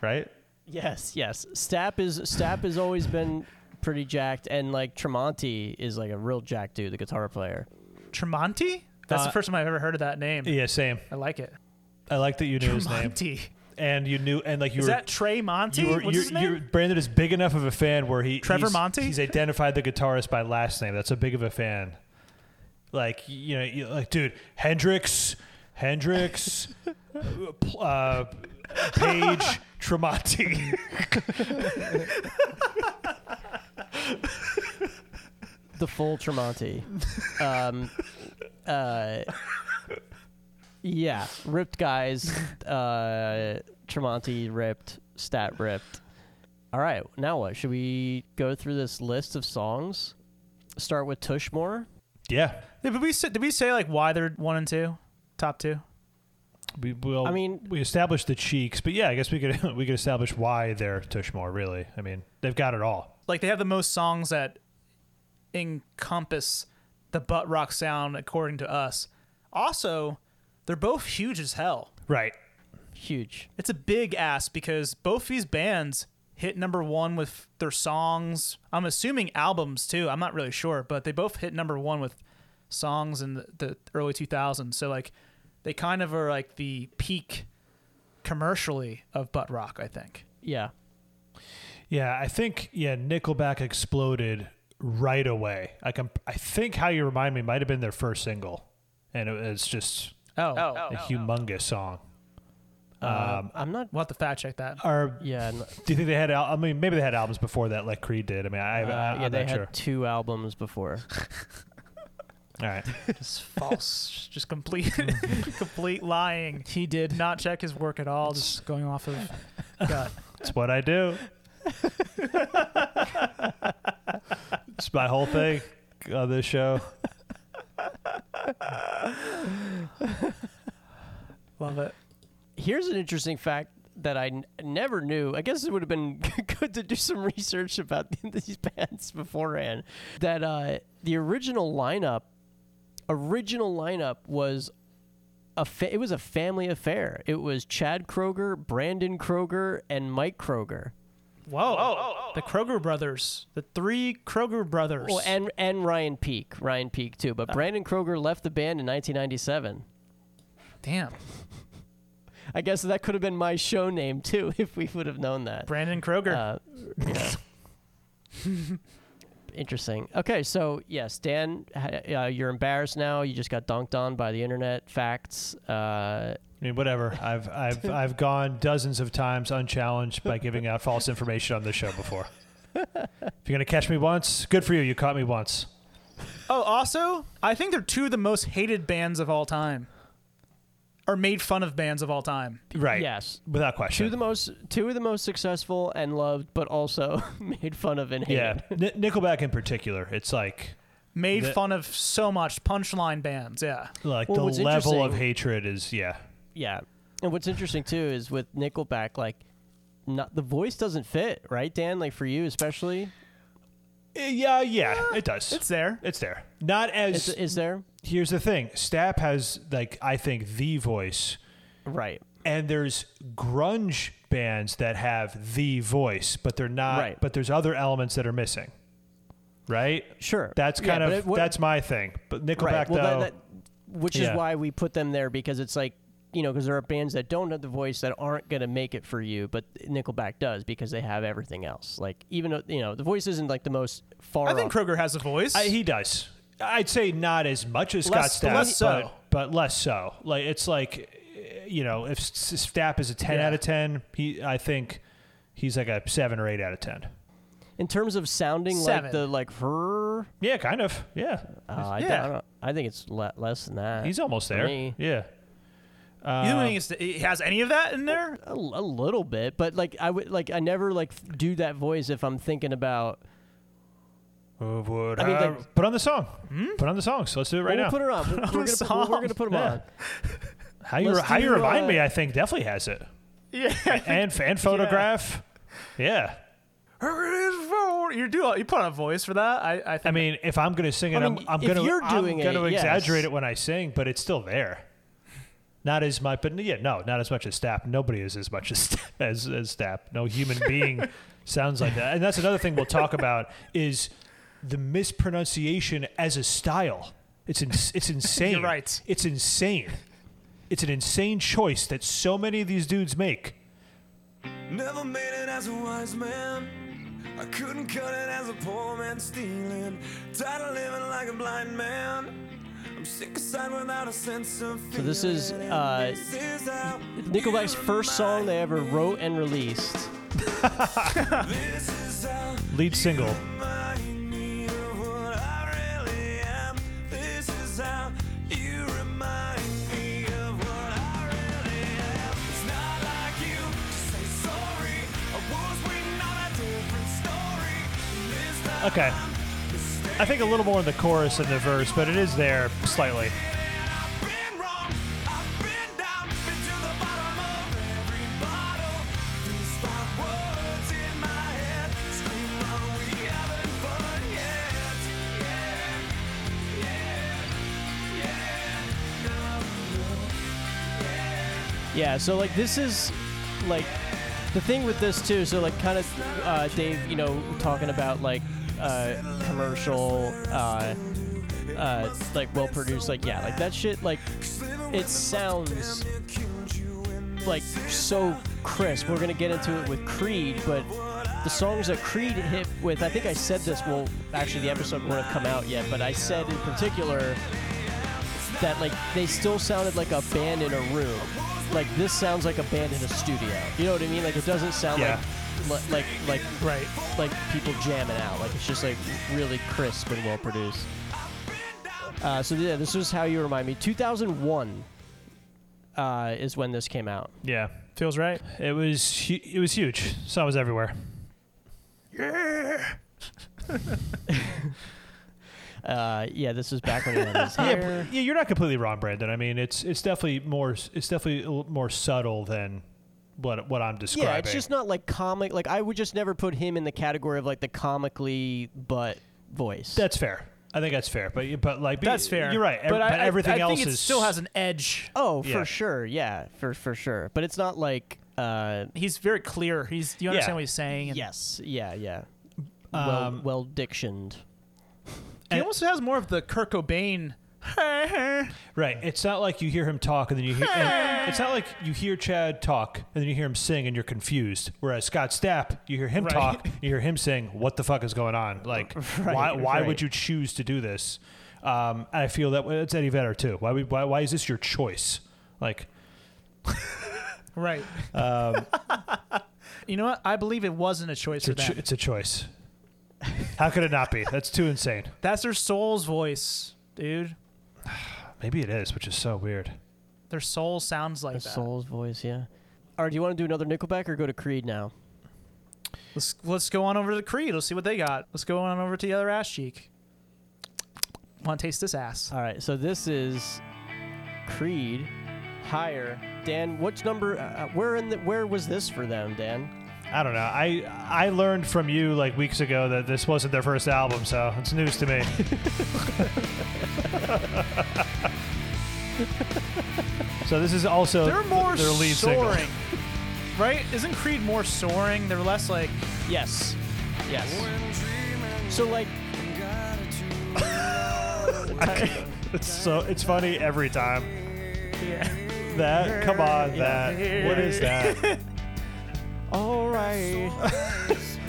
Right.
Yes, yes. Stapp is Stapp has always been pretty jacked, and like Tremonti is like a real jack dude, the guitar player.
Tremonti? That's
Uh,
the first time I've ever heard of that name.
Yeah. Same.
I like it.
I like that you knew his name,
Tremonti.
and you knew, and like you
Is
were.
that Trey Monty?
you were,
What's
you're,
his name?
you're- Brandon is big enough of a fan where he
Trevor
he's-
Monte?
He's identified the guitarist by last name. That's a big of a fan. Like you know, you, like dude, Hendrix, Hendrix, uh, pl- uh, Page, Tremonti.
The full Tremonti. um, uh, yeah, ripped guys. Uh, Tremonti ripped. Stat ripped. All right, now what? Should we go through this list of songs? Start with Tushmore.
yeah,
Yeah, but we said, did we say like why they're one and two, top two?
we will.
I mean-
we established the cheeks, but yeah, I guess we could we could establish why they're Tushmore. Really, I mean, they've got it all.
Like they have the most songs that encompass the butt rock sound, according to us. Also, they're both huge as hell.
Right.
Huge.
It's a big ass because both these bands hit number one with their songs. I'm assuming albums too. I'm not really sure, but they both hit number one with songs in the, the early 2000s. So like, they kind of are like the peak commercially of butt rock. I think.
Yeah.
Yeah, I think yeah, Nickelback exploded right away. I can I think How You Remind Me might have been their first single, and it, it's just
Oh,
a humongous song. Oh.
Um,
Um,
I'm not.
we'll have to fact check that.
Or
Yeah. n-
do you think they had? Al- I mean, maybe they had albums before that, like Creed did. I mean, I, I,
Uh, yeah,
I'm
they
not
had
sure.
two albums before.
All right,
It's false. just complete, complete lying.
he did.
Not check his work at all. Just going off of gut.
it's what I do. it's my whole thing on this show.
Love it.
Here's an interesting fact that I n- never knew. I guess it would have been good to do some research about these bands beforehand. That uh, the original lineup, original lineup was a fa- it was a family affair. It was Chad Kroger, Brandon Kroger, and Mike Kroger.
Whoa. The Kroger brothers. The three Kroger brothers.
Well, and and Ryan Peak, Ryan Peak too. But Brandon Kroger left the band in 1997.
Damn.
I guess that could have been my show name too if we would have known that.
Brandon Kroger.
Uh, yeah. Interesting. Okay, so yes, Dan, h- uh, you're embarrassed now. You just got dunked on by the internet facts. Uh,
I mean, whatever. I've I've I've gone dozens of times unchallenged by giving out false information on this show before. If you're gonna catch me once, good for you. You caught me once.
oh, also, I think they're two of the most hated bands of all time. Or made fun of bands of all time.
Right.
Yes,
Without
two
question.
of the most two of the most successful and loved, but also made fun of and hated.
yeah. N- Nickelback in particular. It's like
Made
The-
fun of so much punchline bands. Yeah.
like
Well, what's
the level of
interesting-
hatred is yeah.
Yeah. And what's interesting too is with Nickelback, like, not the voice doesn't fit, right, Dan? Like for you especially,
Uh, Yeah. Yeah. It does.
It's there.
It's there. Not as
is, is there?
here's the thing. Stapp has like I think the voice.
Right.
and there's grunge bands that have the voice, but they're not.
Right.
But there's other elements that are missing, right?
Sure.
That's
Yeah,
kind
but
of
it- what-
that's my thing. But Nickelback
Right. Well,
though,
that, that, which
Yeah.
is why we put them there because it's like you know because there are bands that don't have the voice that aren't going to make it for you, but Nickelback does because they have everything else. Like even though, you know the voice isn't like the most far.
I think
up.
Kroger has a voice.
I, he does. I'd say not as much as
Less-
Scott Stapp,
less so.
but, but less so. Like it's like eh, you know, if S- S- Stapp is a ten
Yeah.
out of ten, he I think he's like a seven or eight out of ten.
in terms of sounding
Seven.
like the like her.
Yeah, kind of. Yeah,
Uh, I,
Yeah.
don't, I think it's le- less than that.
he's almost
For
there.
me.
Yeah,
you don't think it's, it has any of that in there?
a, a little bit, but like I would like I never like f- do that voice if I'm thinking about.
Uh, would
I mean,
I-
like-
put on the song. Hmm? Put on the song. So let's do it
Well,
right now.
we'll put her on. We're, we're
the
gonna put, we're gonna
song.
put him
Yeah.
on.
How you
Let's
how you
do,
remind
uh,
me, I think definitely has it.
Yeah.
And and photograph. Yeah.
you do. You put on a voice for that. I, I think
I mean, if I'm gonna sing it,
I
I
mean,
am I'm
if
gonna
you're
I'm
doing
gonna
it, yes.
exaggerate it when I sing, but it's still there. Not as much, but yeah, no, not as much as Stapp. Nobody is as much as Stapp- as, as Stapp. No human being sounds like that. And that's another thing we'll talk about is the mispronunciation as a style. It's in, it's insane.
You're right.
It's insane. It's an insane choice that so many of these dudes make.
Never made it as a wise man. I couldn't cut it as a poor man stealing. Tired of living like a blind man. I'm sick aside without a sense of feeling.
So this is, uh,
This is how
Nickelback's
you
first song they ever wrote and released.
remind- This is how
Lead single.
remind me of what I really am. This is how you remind me of what I really am. It's not like you to say sorry. I was waiting on a different story. This time
Okay. I think a little more in the chorus and the verse, but it is there slightly.
I've been wrong. I've been down. Been to the bottom of every bottle. These five words in my head. Scream, are we having fun yet? Yeah, yeah, yeah. Now we know.
Yeah, so like this is like the thing with this too. So like kind of uh, Dave, you know, talking about like uh, commercial, uh, uh, like well produced, like yeah, like that shit. Like it sounds like so crisp. We're gonna get into it with Creed, but the songs that Creed hit with, I think I said this. Well, actually, the episode won't have come out yet, but I said in particular that like they still sounded like a band in a room. Like this sounds like a band in a studio. You know what I mean? Like it doesn't sound
Yeah.
like li- like like
right.
like people jamming out. Like it's just like really crisp and well produced. Uh, so yeah, this was how you remind me. 2001 uh, is when this came out.
Yeah.
Feels right.
It was hu- it was huge. Song was everywhere.
Yeah.
Uh, yeah, this was back when he had his hair.
Yeah, you're not completely wrong, Brandon. I mean, it's it's definitely more it's definitely a little more subtle than what what I'm describing.
Yeah, it's just not like comic. Like I would just never put him in the category of like the comically but voice.
that's fair. I think that's fair. But but like
That's fair.
You're right. Ev-
But, I- I,
everything
I
else
think it
is
still has an edge.
oh,
yeah.
for sure. Yeah, for for sure. But it's not like. Uh,
He's very clear. He's. Do you understand
Yeah.
what he's saying? And
yes. Yeah. Yeah.
Um,
Well, well dictioned.
He almost has more of the Kurt Cobain.
Right. It's not like you hear him talk and then you hear. and it's not like you hear Chad talk and then you hear him sing and you're confused. Whereas Scott Stapp, you hear him
Right.
talk, you hear him sing. What the fuck is going on? Like, why why would you choose to do this? Um, and I feel that way. It's Eddie Vedder too. Why, would- why why is this your choice? Like,
right. you know what? I believe it wasn't a choice
it's a,
for
cho-
them.
it's a choice. How could it not be? That's too insane.
That's their soul's voice, dude.
Maybe it is, which is so weird.
Their soul sounds like
A
that.
soul's voice. Yeah. All right. Do you want to do another Nickelback or go to Creed now?
Let's let's go on over to the Creed. Let's see what they got. Let's go on over to the other ass cheek. Want to taste this ass?
All right, so this is Creed higher. Dan, which number? Uh, where in the, where was this for them, Dan?
I don't know. I I learned from you like weeks ago that this wasn't their first album, so it's news to me. so this is also
They're more
th- their lead single.
soaring, right? Isn't Creed more soaring? They're less like
Yes, yes. So like,
It's so it's funny every time.
yeah.
That come on, that
Yeah.
what is that?
all right.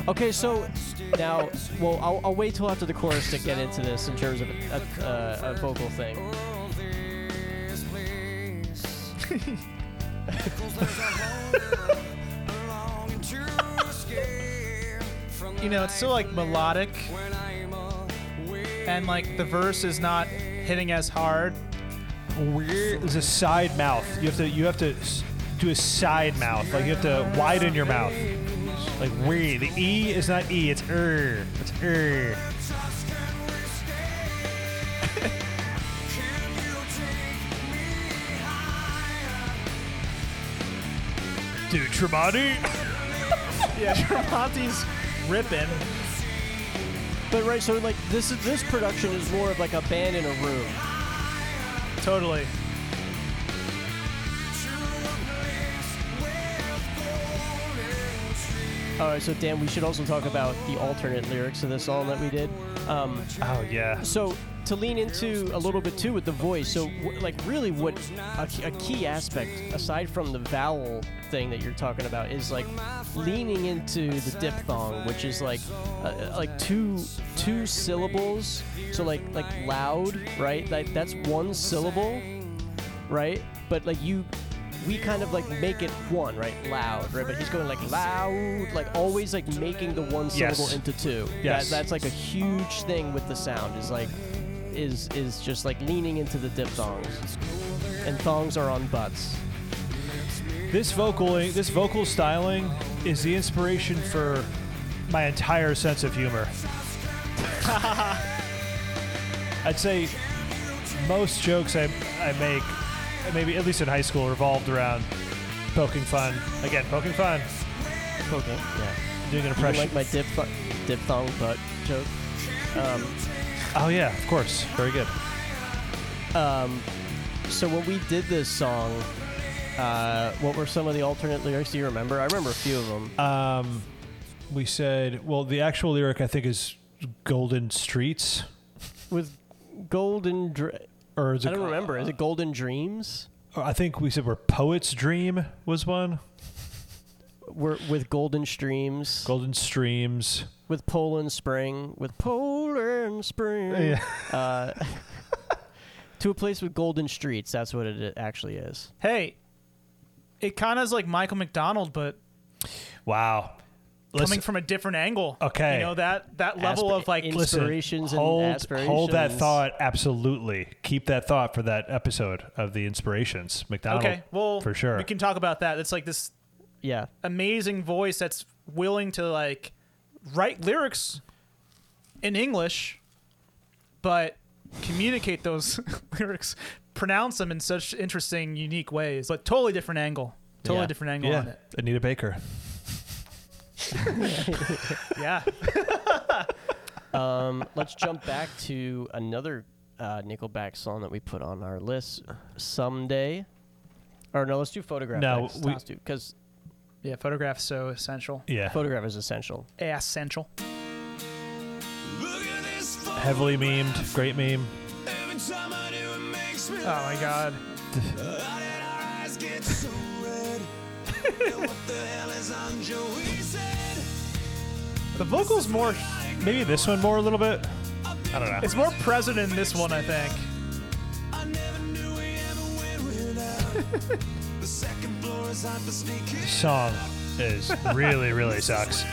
okay, so now, well, I'll, I'll wait till after the chorus to get into this in terms of a, a, a, a vocal thing.
You know, it's still like melodic, and like the verse is not hitting as hard.
Weird. There's a side mouth. You have to you have to s- do a side mouth. Like you have to widen your mouth. Like weird. The e is not e. It's er. It's er. Dude, Tremonti.
Yeah, Tremonti's ripping.
But right, so like this is this production is more of like a band in a room.
Totally.
All right, so Dan, we should also talk about the alternate lyrics to this song that we did. Um,
Oh yeah.
so to lean into a little bit too with the voice so w- like really what a, a key aspect aside from the vowel thing that you're talking about is like leaning into the diphthong which is like uh, like two two syllables so like like loud right like that's one syllable right but like you we kind of like make it one right loud right but he's going like loud like always like making the one
Yes.
syllable into two
Yes.
that, that's like a huge thing with the sound is like is is just like leaning into the diphthongs. And thongs are on butts.
This vocal, this vocal styling, is the inspiration for my entire sense of humor. I'd say most jokes I, I make, maybe at least in high school, revolved around poking fun. Again, poking fun,
Okay. Yeah.
doing an
You
impression.
like my diphthong diphthong butt joke.
oh yeah, of course, very good.
So when we did this song, uh, what were some of the alternate lyrics? Do you remember? I remember a few of them.
Um, we said, well, the actual lyric I think is "Golden Streets,"
With golden, dr-
or is
I
it?
don't remember. Is it golden dreams?
I think we said "Where Poets Dream" was one.
We're, with golden streams,
Golden Streams.
with Poland spring, with Poland spring. Uh, to a place with golden streets. That's what it actually is.
Hey, it kind of is like Michael McDonald, but
Wow.
coming from a different angle.
Okay.
You know that that level
Asp-
of like
in- inspirations and
hold, Hold that
aspirations.
thought. Absolutely. Keep that thought for that episode of the inspirations. McDonald.
okay, well,
for sure.
we can talk about that. It's like this
Yeah.
amazing voice that's willing to like write lyrics in English but communicate those lyrics, pronounce them in such interesting, unique ways, but totally different angle. Totally
Yeah.
different angle on it.
Anita Baker.
Yeah.
Um, let's jump back to another uh, Nickelback song that we put on our list someday. Or no, let's do photograph.
No,
next.
we-
let's do because
yeah, photographs so essential.
Yeah.
photograph is essential.
Essential.
Look at this
Heavily memed. Great meme.
Every time I do it makes me
Oh my god.
How did our eyes get so red? and what the hell is on Joey's head?
The vocals more
Maybe this one more a little bit. I don't know.
it's more present in this one, I think.
I never knew we ever went without. the second floor is hot for sneaking.
song is really really sucks.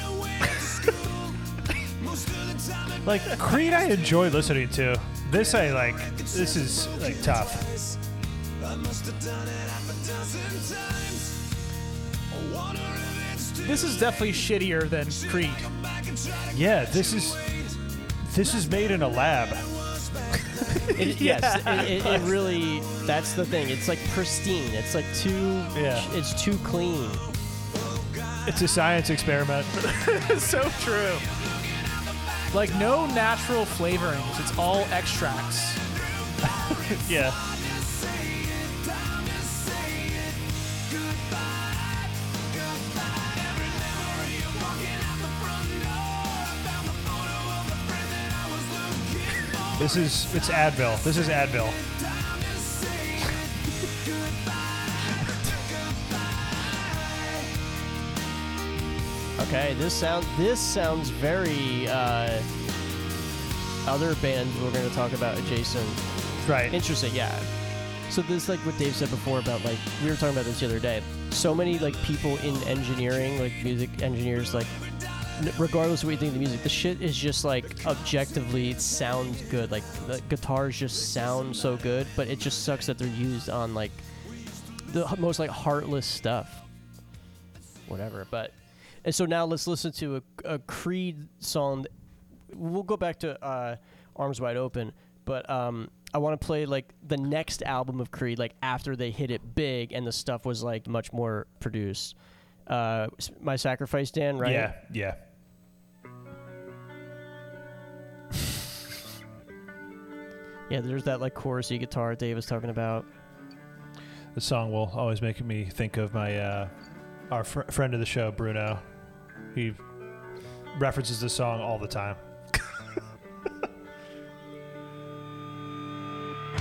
Most of the time it
Like Creed, I enjoy listening to. This I like. This is like tough.
twice. I must have done it half a dozen times. I wonder if it's too
This is definitely shittier than Creed.
come back and try to
Yeah, this is this is made in a lab.
It, Yes, it, it, it really. That's the thing. It's like pristine. It's like too.
Yeah.
It's too clean.
It's a science experiment.
It's so true. Like no natural flavorings. It's all extracts.
Yeah. This is it's Advil. This is Advil.
Okay, this sounds this sounds very uh, other bands we're going to talk about adjacent.
Right.
Interesting, yeah. So this like what Dave said before about like we were talking about this the other day. So many like people in engineering, like music engineers, like n- regardless of what you think of the music, the shit is just like objectively it sounds good. Like the guitars just sound so good, but it just sucks that they're used on like the h- most like heartless stuff. Whatever, but and so now let's listen to a, a Creed song. We'll go back to uh, Arms Wide Open, but um, I want to play like the next album of Creed, like after they hit it big and the stuff was like much more produced. Uh, s- My Sacrifice, Dan, right?
Yeah. Yeah.
Yeah, there's that like chorusy guitar Dave was talking about.
The song will always make me think of my uh, our fr- friend of the show Bruno. He references the song all the time.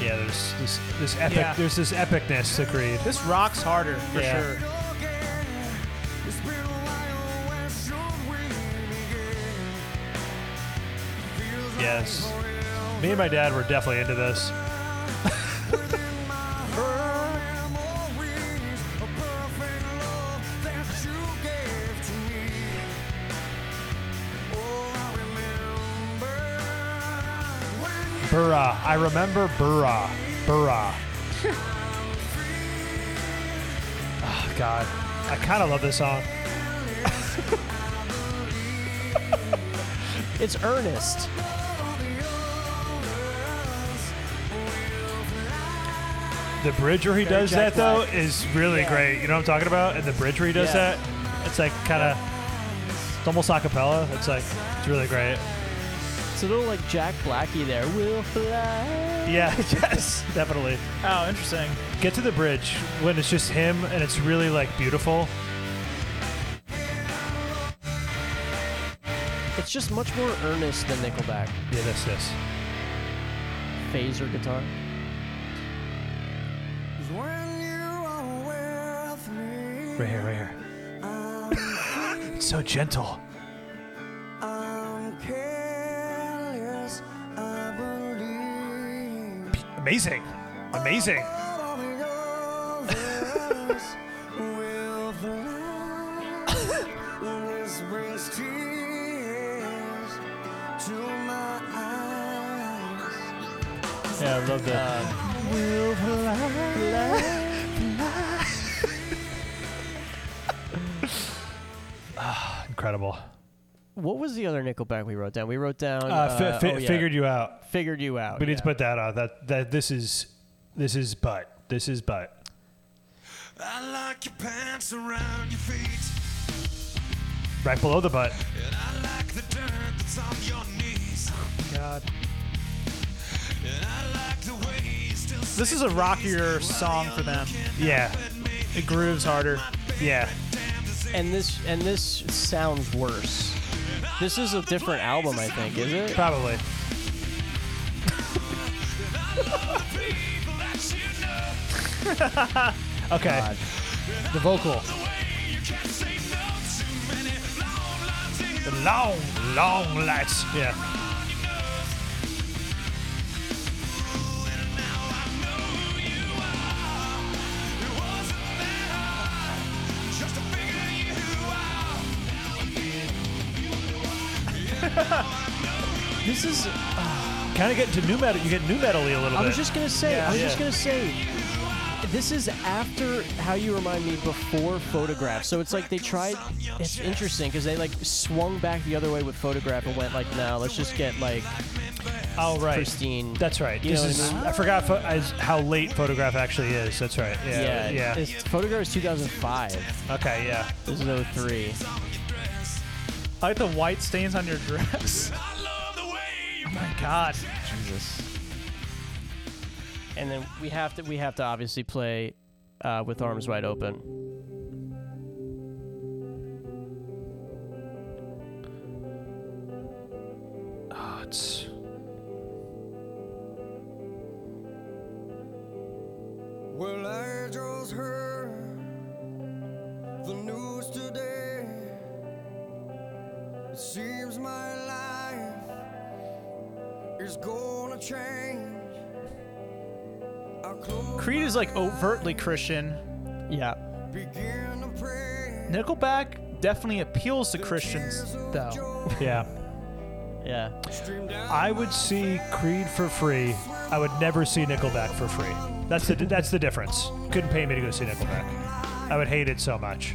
Yeah, there's this, this epic.
Yeah.
There's this epicness to Creed.
This rocks harder for
Yeah.
sure.
It's been a while, where should we begin? Feels
Yes. Me and my dad were definitely into this.
memories of perfect love that you gave to me. Oh, I remember when you
Burra. I remember Burra. Burra. oh, God. I kind of love this song.
It's Ernest.
The bridge where he does that, though, is really great. You know what I'm talking about? And the bridge where he does
Yeah.
that, it's like kind of. It's almost a cappella. It's like, it's really great.
It's a little like Jack Blackie there. Will fly.
Yeah, yes, definitely.
Oh, interesting.
Get to the bridge when it's just him and it's really, like, beautiful.
It's just much more earnest than Nickelback.
Yeah, that's this.
Phaser guitar.
When you are with me,
Right here, right here. it's so gentle.
I'm careless. I believe
Amazing. Amazing.
all the others will fly. This brings tears to my eyes.
Um,
Yeah, I love that.
Will fly.
incredible.
What was the other Nickelback we wrote down? We wrote down.
Uh, fi- fi-
oh, yeah,
Figured you out.
Figured you out.
We need to
yeah.
put that out. That that this is this is but this is but.
I like your pants around your feet,
Right below the butt.
and I like the dirt that's on your knees,
God.
and I like the way you still
This is a rockier song for them.
Yeah,
It grooves harder.
yeah.
and this and this sounds worse. This is a different album, I think, is it?
Probably.
people that you know.
Okay. The vocal.
You can't say no to many long lines in
The long, long lights. Yeah.
just to figure you out.
This is.
Kind of get into new metal. You get new metally a little
I
bit.
was just gonna say. I was
Yeah.
just gonna say. This is after How You Remind Me before Photograph. So it's like they tried. It's interesting because they like swung back the other way with Photograph and went like, no, let's just get like
oh right.
pristine.
That's right.
You
this
know what
is.
I
I,
mean?
forgot pho- as- how late photograph actually is. That's right.
yeah,
Yeah. Yeah.
It's, Photograph is 2005.
Okay. Yeah.
This is 03.
I like the white stains on your dress.
I love the way you
Oh my God.
Jesus. And then we have to we have to obviously play uh, with arms wide open.
Oh, it's.
Well, I just heard the news today. It seems my life is gonna change. I close,
Creed is like overtly Christian.
Yeah.
begin to pray.
Nickelback definitely appeals to Christians, though.
Yeah.
Yeah.
Stream down.
I would see Creed for free. I would never see Nickelback for free. That's the that's the difference. Couldn't pay me to go see Nickelback. I would hate it so much.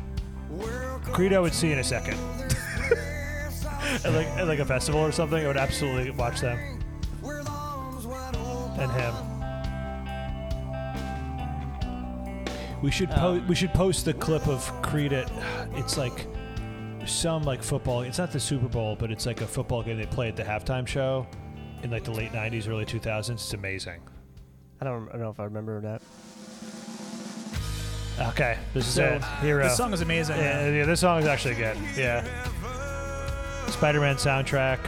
Creed I would see in a second. at like at like a festival or something, I would absolutely watch them
with arms wide open.
and him. We should po-
Um.
we should post the clip of Creed at it's like some like football. It's not the Super Bowl, but it's like a football game they play at the halftime show in like the late '90s, early 2000s. It's amazing.
I don't, I don't know if I remember that.
Okay, this is
So,
it. Hero.
This song is amazing.
yeah, yeah, this song is actually good. Yeah. Spider-Man soundtrack.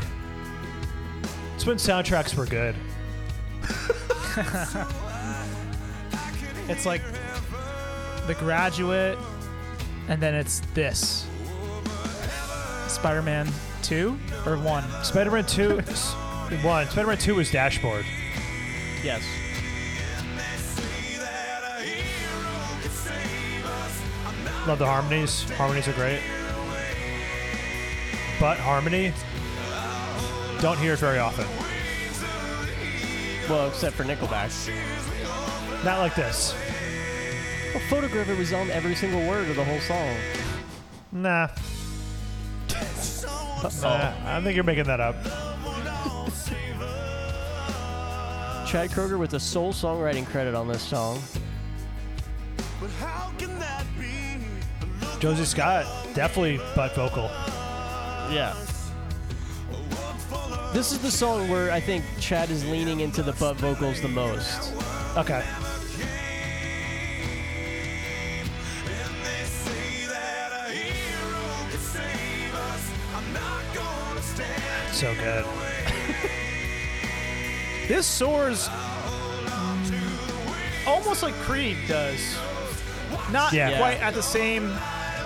It's when soundtracks were good.
It's like The Graduate, and then it's this Spider Man 2 or 1.
Spider-Man Two, one. Spider-Man Two was Dashboard.
Yes.
Love the harmonies. Harmonies are great. But harmony, don't hear it very often.
Well, except for Nickelback.
Not like this.
Well, Photograph it was on every single word of the whole song.
Nah.
Oh.
Nah, I think you're making that up.
Chad Kroger with the sole songwriting credit on this song.
But how can that be?
Josie Scott, definitely butt vocal.
Yeah. This is the song where I think Chad is leaning into the butt vocals the most.
Okay. So good.
This soars almost like Creed does. Not
Yeah.
quite at the same,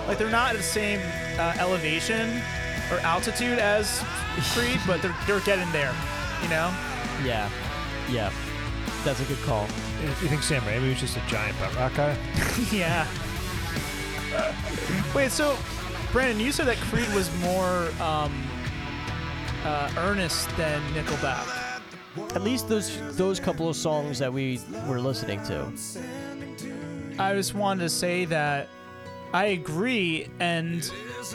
like they're not at the same uh, elevation or altitude as Creed, but they're, they're getting there, you know?
Yeah. Yeah. That's a good call.
You you think Sam Raimi was just a giant butt rock guy?
Yeah. Wait, so Brandon, you said that Creed was more um, uh, earnest than Nickelback.
At least those those couple of songs that we were listening to.
I just wanted to say that I agree. And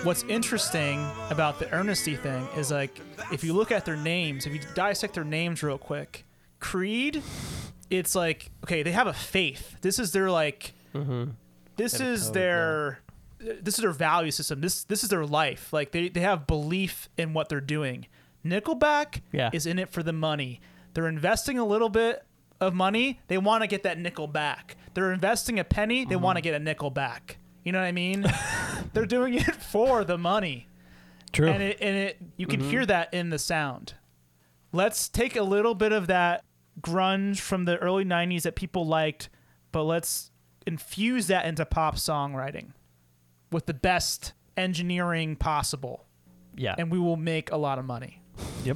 what's interesting about the Earnesty thing is like, if you look at their names, if you dissect their names real quick, Creed, it's like, okay, they have a faith. This is their like, this is their. This is their value system. This this is their life. Like they, they have belief in what they're doing. Nickelback
Yeah.
is in it for the money. They're investing a little bit of money. They want to get that nickel back. They're investing a penny. They want to get a nickel back. You know what I mean? They're doing it for the money.
True.
And it, and it you can hear that in the sound. Let's take a little bit of that grunge from the early 90s that people liked, but let's infuse that into pop songwriting with the best engineering possible,
Yeah,
and we will make a lot of money.
yep.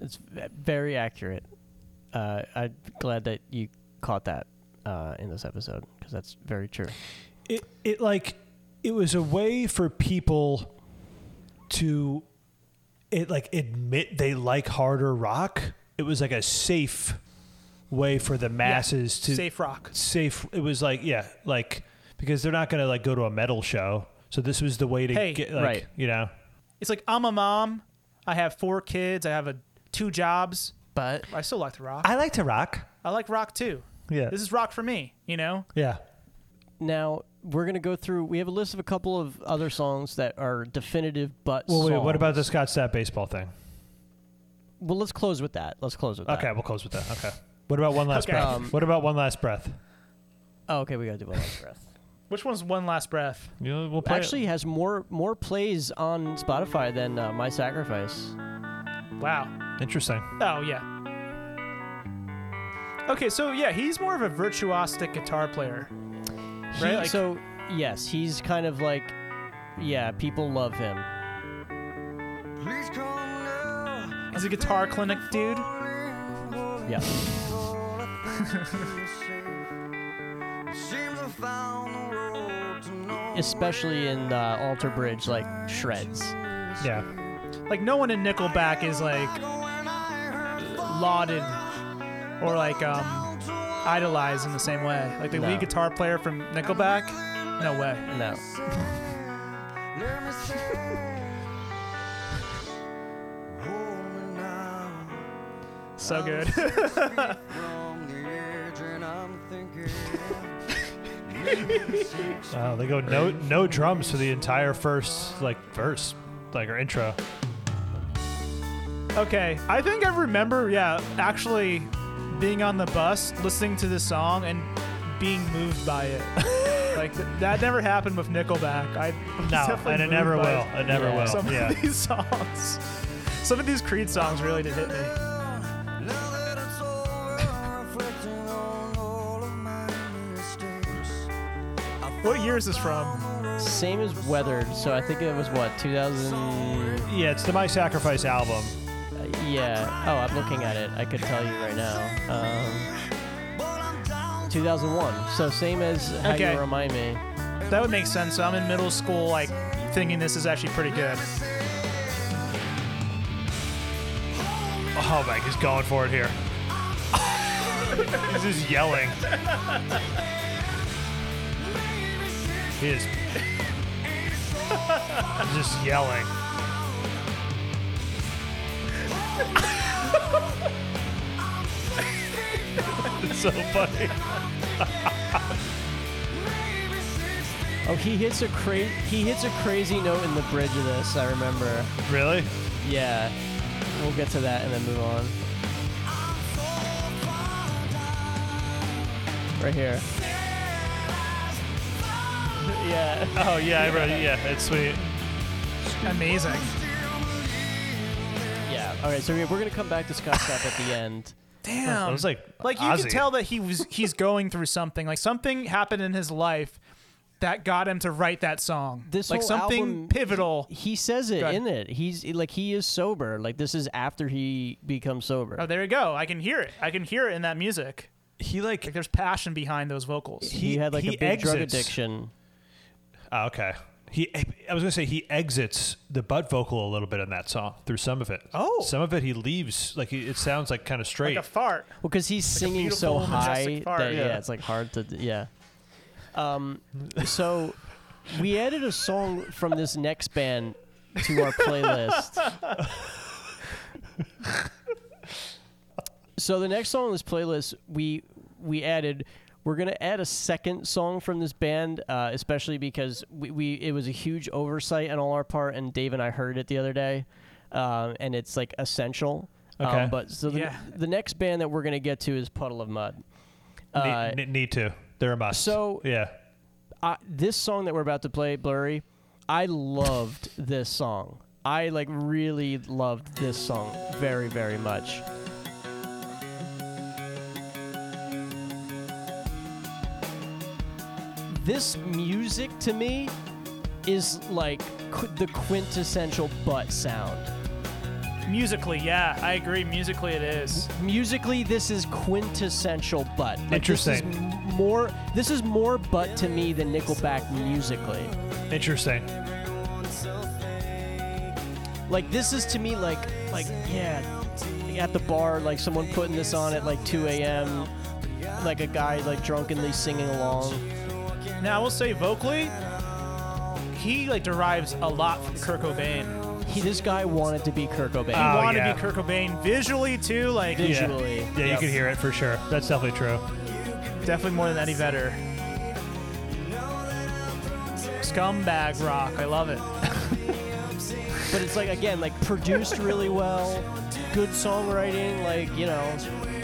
it's v- very accurate. Uh, I'm glad that you caught that uh, in this episode because that's very true.
It it like it was a way for people to it like admit they like harder rock. It was like a safe way for the masses to
Safe rock.
safe it was like yeah like because they're not gonna like go to a metal show so this was the way to
Hey,
get like
right.
you know
It's like I'm a mom. I have four kids. I have a two jobs.
But
I still like to rock. I,
i like to rock
like rock too.
yeah
This is rock for me. You know.
yeah
now we're gonna go through. We have a list of a couple of other songs that are definitive, but
well wait what about
songs.
the scott stapp baseball thing
Well, let's close with that. Let's close with
okay
that.
we'll close with that okay what about one last
Uh. Okay.
breath
Um,
what about one last breath
Oh, okay, we gotta do one last breath.
Which one's one last breath?
you know, we'll play it.
Actually, has more more plays on Spotify than uh, My Sacrifice.
Wow.
interesting
Oh yeah. Okay, so yeah, he's more of a virtuosic guitar player.
He-
Right, like-
so yes, he's kind of like, yeah, people love him.
Please come now.
He's a guitar clinic dude.
Yeah,
Seems I found the road to know.
especially in uh, Alter Bridge, like shreds.
yeah
Like no one in Nickelback is like lauded or like um idolized in the same way. Like the
No.
lead guitar player from Nickelback, no way.
No,
Let me say, hold me now.
So good.
From the edge and I'm thinking
wow Uh, they go no no drums for the entire first like verse like or intro
Okay, I think I remember, yeah, actually being on the bus, listening to this song, and being moved by it. like th- that never happened with Nickelback. I was
no
definitely
and it
moved
never
by
will it never
Yeah.
Some
will Oh, yeah
of these songs, some of these Creed songs really did hit me.
now that it's over, reflecting on all of my mistakes.
What year is this from?
same as Weathered. So I think it was what 2000.
yeah it's the my sacrifice album
Yeah. Oh, I'm looking at it. I could tell you right now. Um, 2001. So same as how
Okay.
you remind me.
That would make sense. So I'm in middle school, like thinking this is actually pretty good.
Oh, Mike is going for it here. He's just yelling. He is He's just yelling. it's so funny.
Oh, he hits a cra- he hits a crazy note in the bridge of this. I remember.
Really?
Yeah, we'll get to that and then move on. Right here. Yeah.
Oh yeah, I really, yeah, it's sweet.
Amazing.
Yeah. All right. So we- we're gonna come back to Scott Stapp at the end.
Damn.
It was like
Um, like you
Ozzy.
can tell that he was he's going through something like something happened in his life that got him to write that song
This
like
whole
something
album-
pivotal
He says it
Go ahead.
in it. He's like he is sober. Like this is after he becomes sober.
oh there you go i can hear it i can hear it in that music
he
like
like
there's passion behind those vocals
he, had like a
he
big drug
exits.
addiction.
Oh, okay. He, I was gonna say he exits the butt vocal a little bit in that song through some of it.
Oh.
some of it he leaves like he, it sounds like kind of straight.
like a fart
Well, because he's
a
singing so
beautiful, majestic
high
fart,
that yeah.
yeah.
it's like hard to yeah. Um, so we added a song from this next band to our playlist. so the next song on this playlist, we we added. We're gonna add a second song from this band, uh, especially because we, we it was a huge oversight on all our part, and Dave and I heard it the other day, um, and it's like essential.
Okay.
Um, but so the,
Yeah.
the next band that we're gonna get to is Puddle of Mud. Uh,
need, need to. They're a must.
so-
yeah,
I, this song that we're about to play, Blurry, I loved this song. I like really loved this song very, very much. This music to me is like qu- the quintessential butt sound.
Musically, yeah, I agree. Musically, it is.
Musically, this is quintessential butt. Like,
Interesting.
This is m- more. This is more butt to me than Nickelback musically.
interesting.
Like this is to me like like yeah, at the bar like someone putting this on at like 2 a.m. Like a guy like drunkenly singing along.
Now, I will say vocally, he like derives a lot from Kurt Cobain.
He this guy wanted to be Kurt Cobain
He
Oh,
wanted
yeah.
to be Kurt Cobain visually too, like
visually.
Yeah, you can hear it for sure. That's definitely true.
definitely more than Eddie Vedder. Scumbag rock, I love it.
But it's like again like produced really well, good songwriting. Like you know,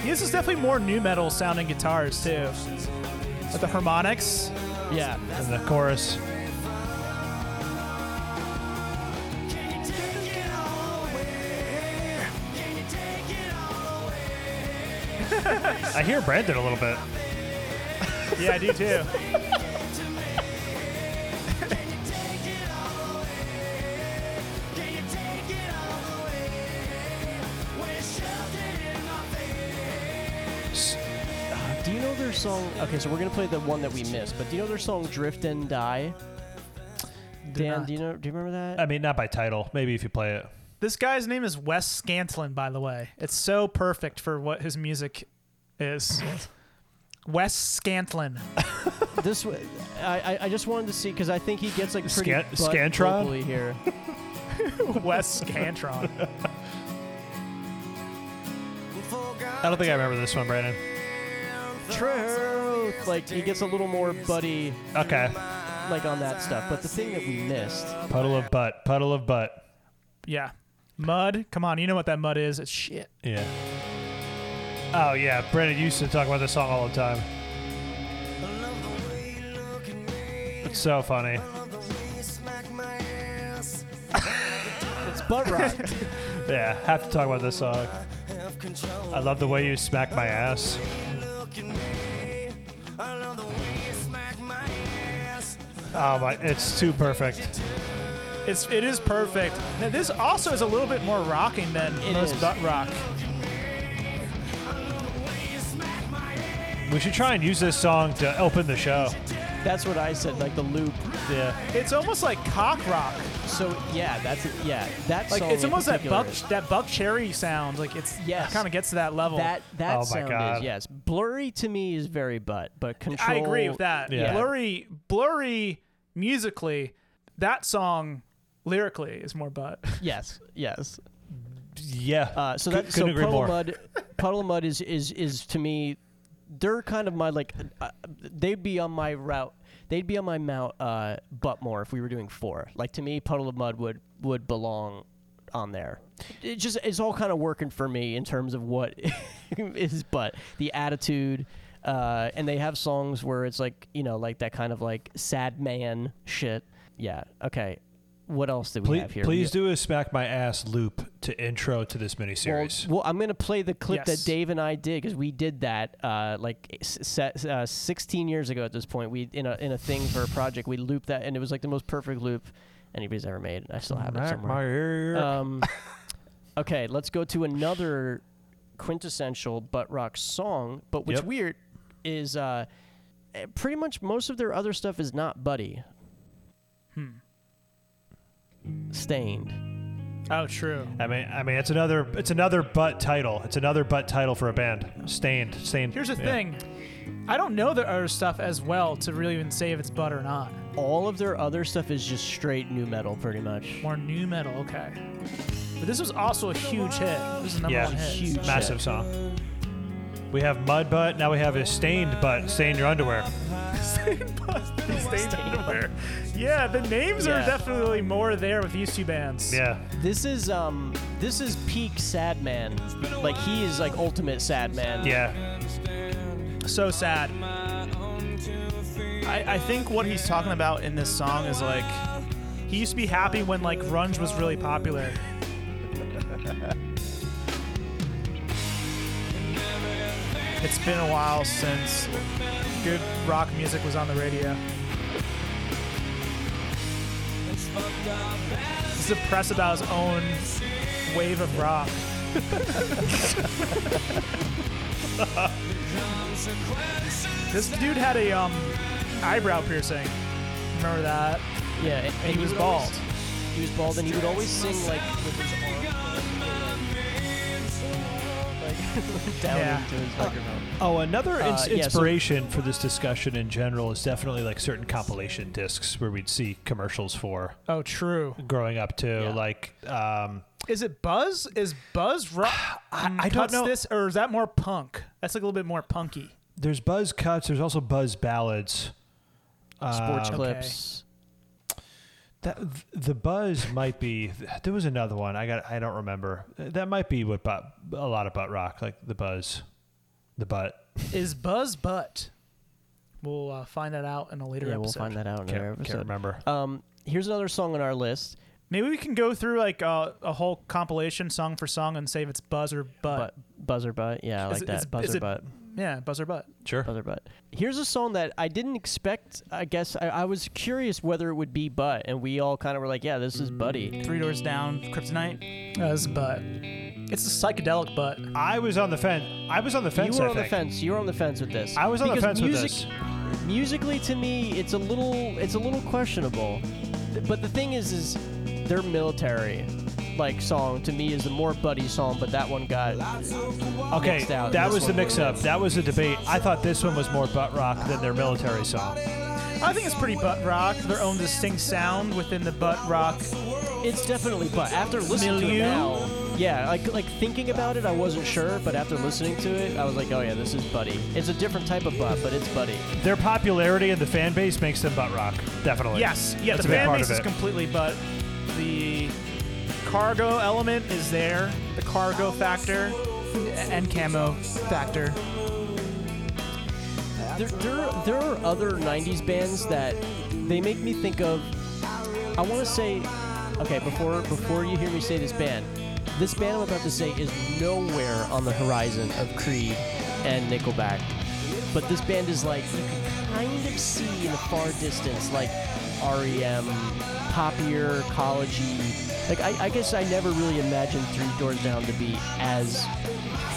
This is definitely more new metal sounding guitars too. With the harmonics,
yeah.
And the chorus. I hear Brandon a little bit.
yeah, I do too.
Do you know their song? Okay, so we're gonna play the one that we missed. But do you know their song "Drift and Die"? Dan,
not.
do you know? Do you remember that?
I mean, not by title. Maybe if you play it.
This guy's name is Wes Scantlin, by the way. It's so perfect for what his music is. Wes Scantlin.
This, w- I, I- I just wanted to see because I think he gets like pretty
Scan-
butt
Scantron?
vocally here.
Wes Scantron.
I don't think I remember this one, Brandon.
Truth, like he gets a little more buddy
Okay.
like on that stuff. But the thing that we missed,
Puddle of butt. Puddle of butt.
Yeah. Mud. Come on, you know what that mud is. It's shit.
Yeah. Oh yeah, Brandon used to talk about this song all the time. It's so funny.
it's butt rock.
Yeah, have to talk about this song. I love the way you smack my ass. Oh my, it's too perfect.
It's it is perfect. Now, this also is a little bit more rocking than
It
most
is.
butt rock.
We should try and use this song to open the show.
That's what I said, like the loop.
Yeah.
It's almost like cock rock.
So yeah, that's it. Yeah, that
Like
song
it's
in
almost that
particular
buck that buck cherry sound. Like it's
Yes.
kind of gets to that level.
That that
Oh my
sound
God.
is yes. Blurry to me is very butt, but
I
control.
agree with that.
Yeah.
Blurry blurry musically, that song lyrically is more butt.
Yes, yes.
Yeah.
Uh, so
Couldn't-
that
couldn't
so
agree
puddle
more.
of mud, puddle of mud is is is to me, they're kind of my like, uh, they'd be on my route. They'd be on my mount, uh, but more if we were doing four. Like to me, puddle of mud would would belong on there. It just it's all kind of working for me in terms of what is but the attitude. Uh, and they have songs where it's like you know like that kind of like sad man shit. Yeah. Okay. What else did we
please,
have here?
please
We-
do a smack my ass loop to intro to this miniseries.
well, well, I'm going to play the clip
Yes.
that Dave and I did because we did that uh, like s- se- uh, 16 years ago at this point. We in a in a thing for a project we looped that and it was like the most perfect loop anybody's ever made. I still have it
Smack my
somewhere.
ear.
Um, okay, let's go to another quintessential butt rock song. But what's
Yep.
weird is uh, eh, pretty much most of their other stuff is not Buddy. Hmm. Stained.
Oh true.
I mean, I mean, it's another, it's another butt title. It's another butt title for a band. Stained, stained.
Here's the
yeah.
thing.
I don't know their other stuff as well to really even say if it's butt or not.
All of their other stuff is just straight new metal, pretty much.
More new metal, okay. But this was also a huge hit. This was a number
Yeah,
one hit.
Huge
massive
hit.
song. We have mud butt. Now we have a stained butt. Stain your underwear.
Stained underwear. Yeah, the names are
Yeah.
definitely more there with these two bands.
Yeah.
This is um, this is peak sad man. Like he is like ultimate sad man.
Yeah.
so sad. I, I think what he's talking about in this song is like he used to be happy when like grunge was really popular. it's been a while since good rock music was on the radio. He's depressed about his own wave of rock. This dude had a um, eyebrow piercing. Remember that?
yeah. And,
And he was
would always-
bald.
he was bald, and he would always sing like with his arm like, down
Yeah. Uh,
into his microphone.
Oh, another ins-
Uh, yeah, so-
inspiration for this discussion in general is definitely like certain compilation discs where we'd see commercials for
Oh, true.
growing up too.
Yeah.
Like, um,
Is it Buzz? Is Buzz rock?
I don't
cuts
know.
This or is that more punk? That's like a little bit more punky.
there's buzz cuts. There's also buzz ballads.
Sports
uh,
Um,
clips.
That th- the buzz might be. There was another one. I got. I don't remember. That might be what butt, a lot of butt rock like the buzz, the butt.
Is Buzz butt? We'll uh, find that out in a later
Yeah,
episode.
we'll find that out in another
Can't,
episode.
can't remember.
Um, here's another song on our list.
Maybe we can go through like uh, a whole compilation song for song and save it's buzz or butt.
But buzzer butt, yeah, I
Is
like
it-
that.
is- is
buzzer
it-
butt,
Yeah, buzz or butt.
Sure.
buzzer butt. Here's a song that I didn't expect. I guess I, I was curious whether it would be butt, and we all kind of were like, yeah, this is
Mm.
Buddy.
Three Doors Down, Kryptonite.
Buzz butt. It's a psychedelic butt.
I was on the fence. I was on the fence.
you were
I
on the
think.
fence. You were on the fence with this.
I was on the
Because
fence
music,
with this.
Musically, to me, it's a little, it's a little questionable. Th- But the thing is, is their military, like song to me is the more Buddy song, but that one got
Okay,
mixed out.
that
This
was the
one was-
mix-up. That was the debate. I thought this one was more butt rock than their military song.
I think it's pretty butt rock. Their own distinct sound within the butt rock.
It's definitely but after listening to it
Milieu?
now, yeah, like like thinking about it, I wasn't sure, but after listening to it, I was like, oh yeah, this is Buddy. It's a different type of butt, but it's Buddy.
Their popularity and the fan base makes them butt rock. Definitely.
Yes, yeah.
That's a
the
big
fan
part
base
of
is
it.
completely butt. The cargo element is there. The cargo factor and camo factor.
There, there, there are other '90s bands that they make me think of. I want to say, okay, before before you hear me say this band, this band I'm about to say is nowhere on the horizon of Creed and Nickelback, but this band is like you can kind of see in the far distance, like REM, poppier, collegey. Like I, I guess I never really imagined Three Doors Down to be as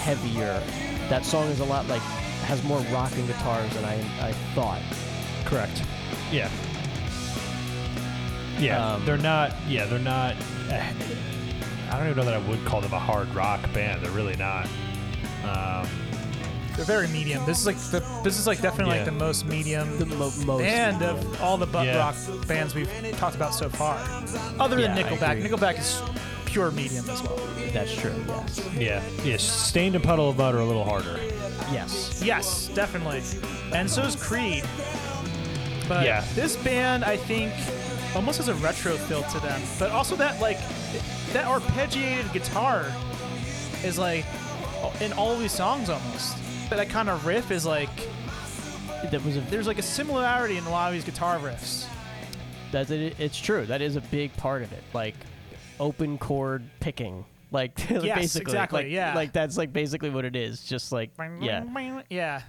heavier. That song is a lot like has more rocking guitars than I I thought.
Correct. Yeah. Yeah.
Um,
they're not. Yeah, they're not. eh, I don't even know that I would call them a hard rock band. They're really not. Um,
They're very medium. This is like the this is like definitely
Yeah.
like the most medium
The mo- most
band of all the butt
Yeah.
rock bands we've talked about so far. Other
Yeah,
than
I
Nickelback,
agree.
Nickelback is pure medium as well.
That's true. Yes.
yeah. Yeah. Stained and puddle of mud are a little harder.
Yes.
Yes, definitely. And so is Creed. But
Yeah.
this band, I think, almost has a retro feel to them. But also that like that arpeggiated guitar is like in all of these songs almost. But that kind of riff is like
That was a
there's like a similarity in a lot of these guitar riffs.
that's it, it's true. That is a big part of it. Like open chord picking. Like
Yes,
basically
exactly,
like,
yeah.
like that's like basically what it is. Just like yeah.
Yeah.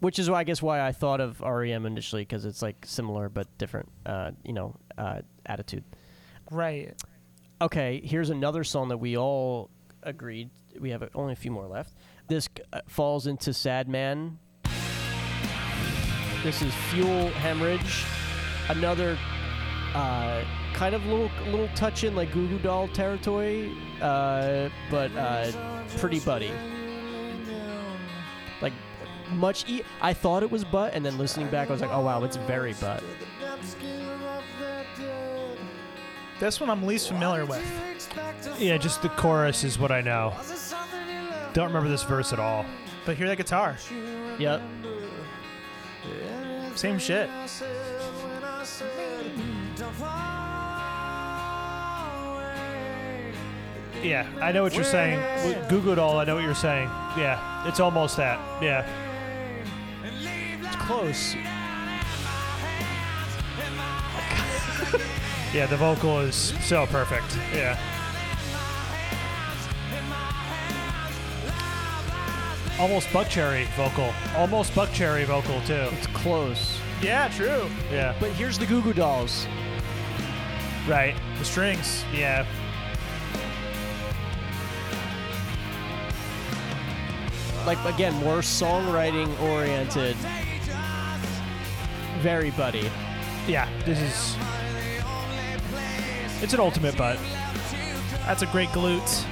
Which is why I guess why I thought of REM initially cuz it's like similar but different uh, you know, uh, attitude.
Right.
okay, here's another song that we all agreed. We have only a few more left. This uh, falls into Sad Man. This is Fuel Hemorrhage. Another uh, kind of little little touch in like Goo Goo Doll territory, uh, but uh, pretty buddy. Like much. E- I thought it was butt, and then listening back, I was like, oh wow, it's very butt.
This one I'm least familiar with.
Yeah, just the chorus is what I know. Don't remember this verse at all.
But hear that guitar.
Yep.
Same shit.
Yeah, I know what you're saying. W- Google it all. I know what you're saying. Yeah, it's almost that. Yeah,
It's close.
yeah. The vocal is so perfect. Yeah. Almost buckcherry vocal. Almost buckcherry vocal too.
It's close.
Yeah, true.
Yeah.
But here's the Goo Goo Dolls.
Right.
The strings.
Yeah.
Like again, more songwriting oriented. Very buddy.
Yeah. This is. It's an ultimate butt.
That's a great glute.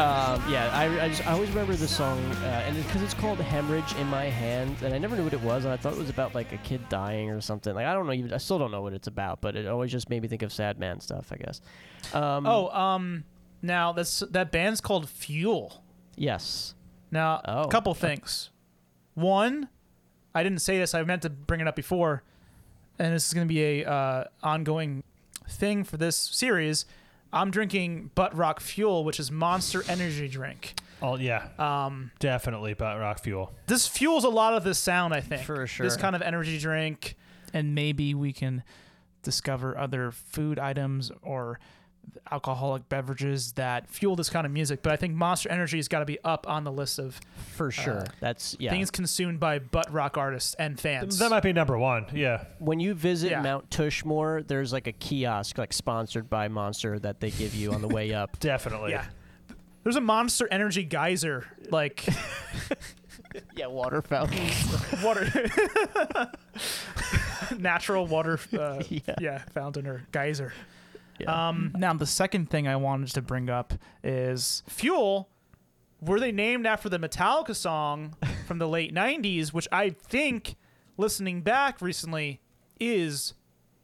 Um, yeah, I, I, just, I always remember the song, uh, and because it's called "Hemorrhage in My Hand," and I never knew what it was, and I thought it was about like a kid dying or something. Like I don't know, even I still don't know what it's about, but it always just made me think of sad man stuff. I guess. Um,
Oh, um, now that's that band's called Fuel.
yes,
Now,
Oh.
a couple things. One, I didn't say this. I meant to bring it up before, and this is going to be a uh, ongoing thing for this series. I'm drinking Butt Rock Fuel, which is Monster Energy drink.
Oh yeah. Um. Definitely butt rock fuel.
This fuels a lot of this sound, I think.
For
This
sure.
kind of energy drink.
and maybe we can discover other food items or alcoholic beverages that
Fuel this kind of music, but I think Monster Energy has got to be up on the list of
for sure. That's yeah.
things consumed by butt rock artists and fans.
That might be number one. Yeah.
when you visit
Yeah.
Mount Tushmore, there's like a kiosk like sponsored by Monster that they give you on the way up.
Definitely.
yeah. There's a Monster Energy geyser, like
yeah, water fountain.
water, natural water, uh, yeah. fountain or geyser.
Yeah.
Um,
now the second thing i wanted to bring up is
Fuel, were they named after the Metallica song from the late 90s, which I think, listening back recently, is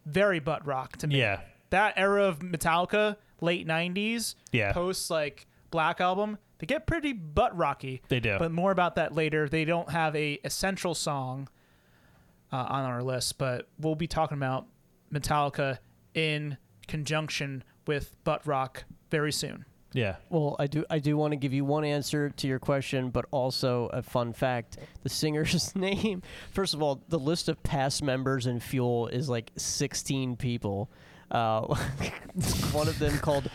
very butt rock to me.
Yeah.
That era of Metallica, late 90s,
Yeah.
post like Black Album, they get pretty butt rocky.
They do.
But more about that later. They don't have a essential song uh, on our list, but we'll be talking about Metallica in conjunction with butt rock very soon.
Yeah.
Well, I do. I do want to give you one answer to your question, but also a fun fact: the singer's name. First of all, the list of past members in Fuel is like 16 people. Uh, one of them called.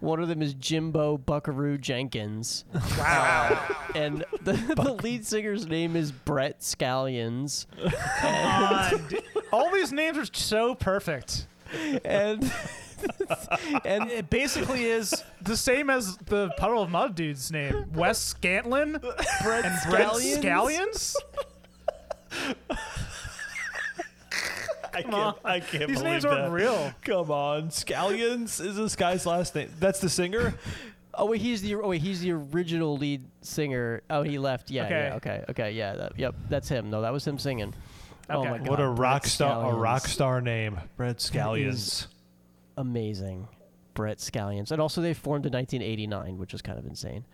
One of them is Jimbo Buckaroo Jenkins. Wow. and the, the lead singer's name is Brett Scallions.
All these names are so perfect.
And and
It basically is the same as the puddle of mud dude's name, Wes Scantlin and Brett Scallions.
I can't.
on.
I can't.
These
believe
names
that.
aren't real.
Come on, Scallions is this guy's last name. That's the singer.
oh wait, he's the oh wait, he's the original lead singer. Oh, he left. Yeah.
Okay.
Yeah, okay. Okay. Yeah. That, yep. That's him. No, that was him singing. Oh
Okay.
my god.
what a rock
Brett
star! A
Scallions.
rock star name, Brett Scallions.
amazing Brett Scallions. And also, they formed in 1989, which is kind of insane.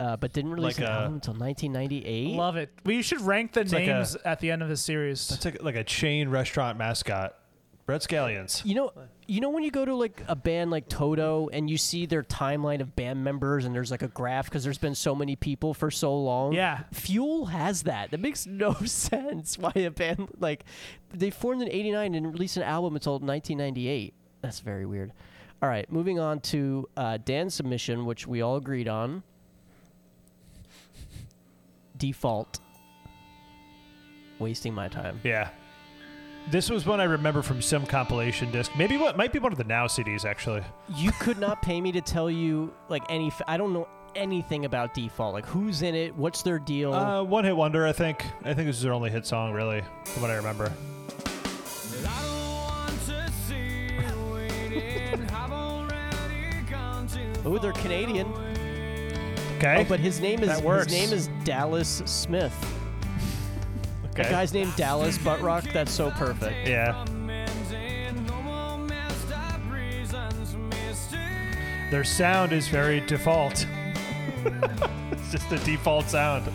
Uh, but didn't release
Like
an
a-
album until 1998.
Love it. We should rank the
like
names at the end of the series.
It's like, like a chain restaurant mascot, Brett Scallions.
You know, you know when you go to like a band like Toto and you see their timeline of band members and there's like a graph because there's been so many people for so long.
Yeah.
Fuel has that. That makes no sense. Why a band like they formed in '89 and released an album until 1998. That's very weird. All right, moving on to uh, Dan's submission, which we all agreed on. Default. Wasting my time.
Yeah, this was one I remember from some compilation disc. Maybe what might be one of the Now CDs actually.
you could not pay me to tell you like any f- i don't know anything about default like who's in it what's their deal
Uh, one hit wonder, I think. I think this is their only hit song, really, from what I remember.
oh they're canadian
Okay.
Oh, but his name is
That
his
works.
name is Dallas Smith.
okay.
That guy's named Dallas Buttrock. That's so perfect.
yeah. Their sound is very default. it's just the default sound.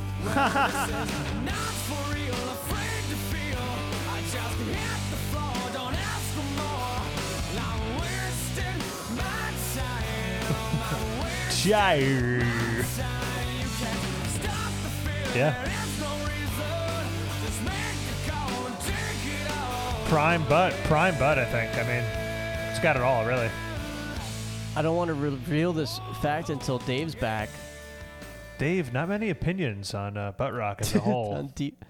Gyre. Yeah. Prime butt, prime butt. I think. I mean, it's got it all, really.
I don't want to reveal this fact until Dave's back.
Dave, not many opinions on uh, butt rock as a
On
whole.
deep-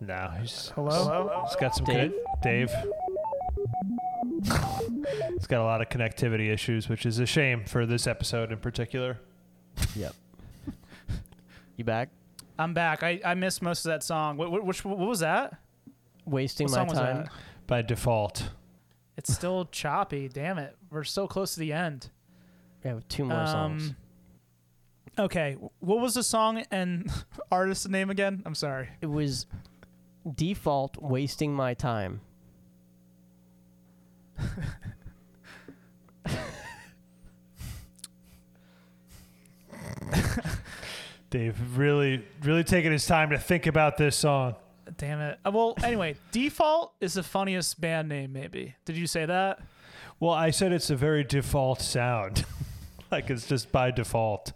no, he's
Hello?
It's got some
Dave?
Dave. Dave. it's got a lot of connectivity issues, which is a shame for this episode in particular.
Yep. you back?
I'm back. I, I missed most of that song. What, what, which, what was that?
Wasting
What
my
song was
time.
that?
By default,
It's still choppy. Damn it. We're so close to the end.
We have two more songs.
Um, Okay. What was the song and artist name again? I'm sorry.
It was default wasting my time.
Dave really, really taking his time to think about this song.
Damn it. Uh, Well, anyway, Default is the funniest band name, maybe. Did you say that?
Well, I said it's a very default sound, like it's just by default.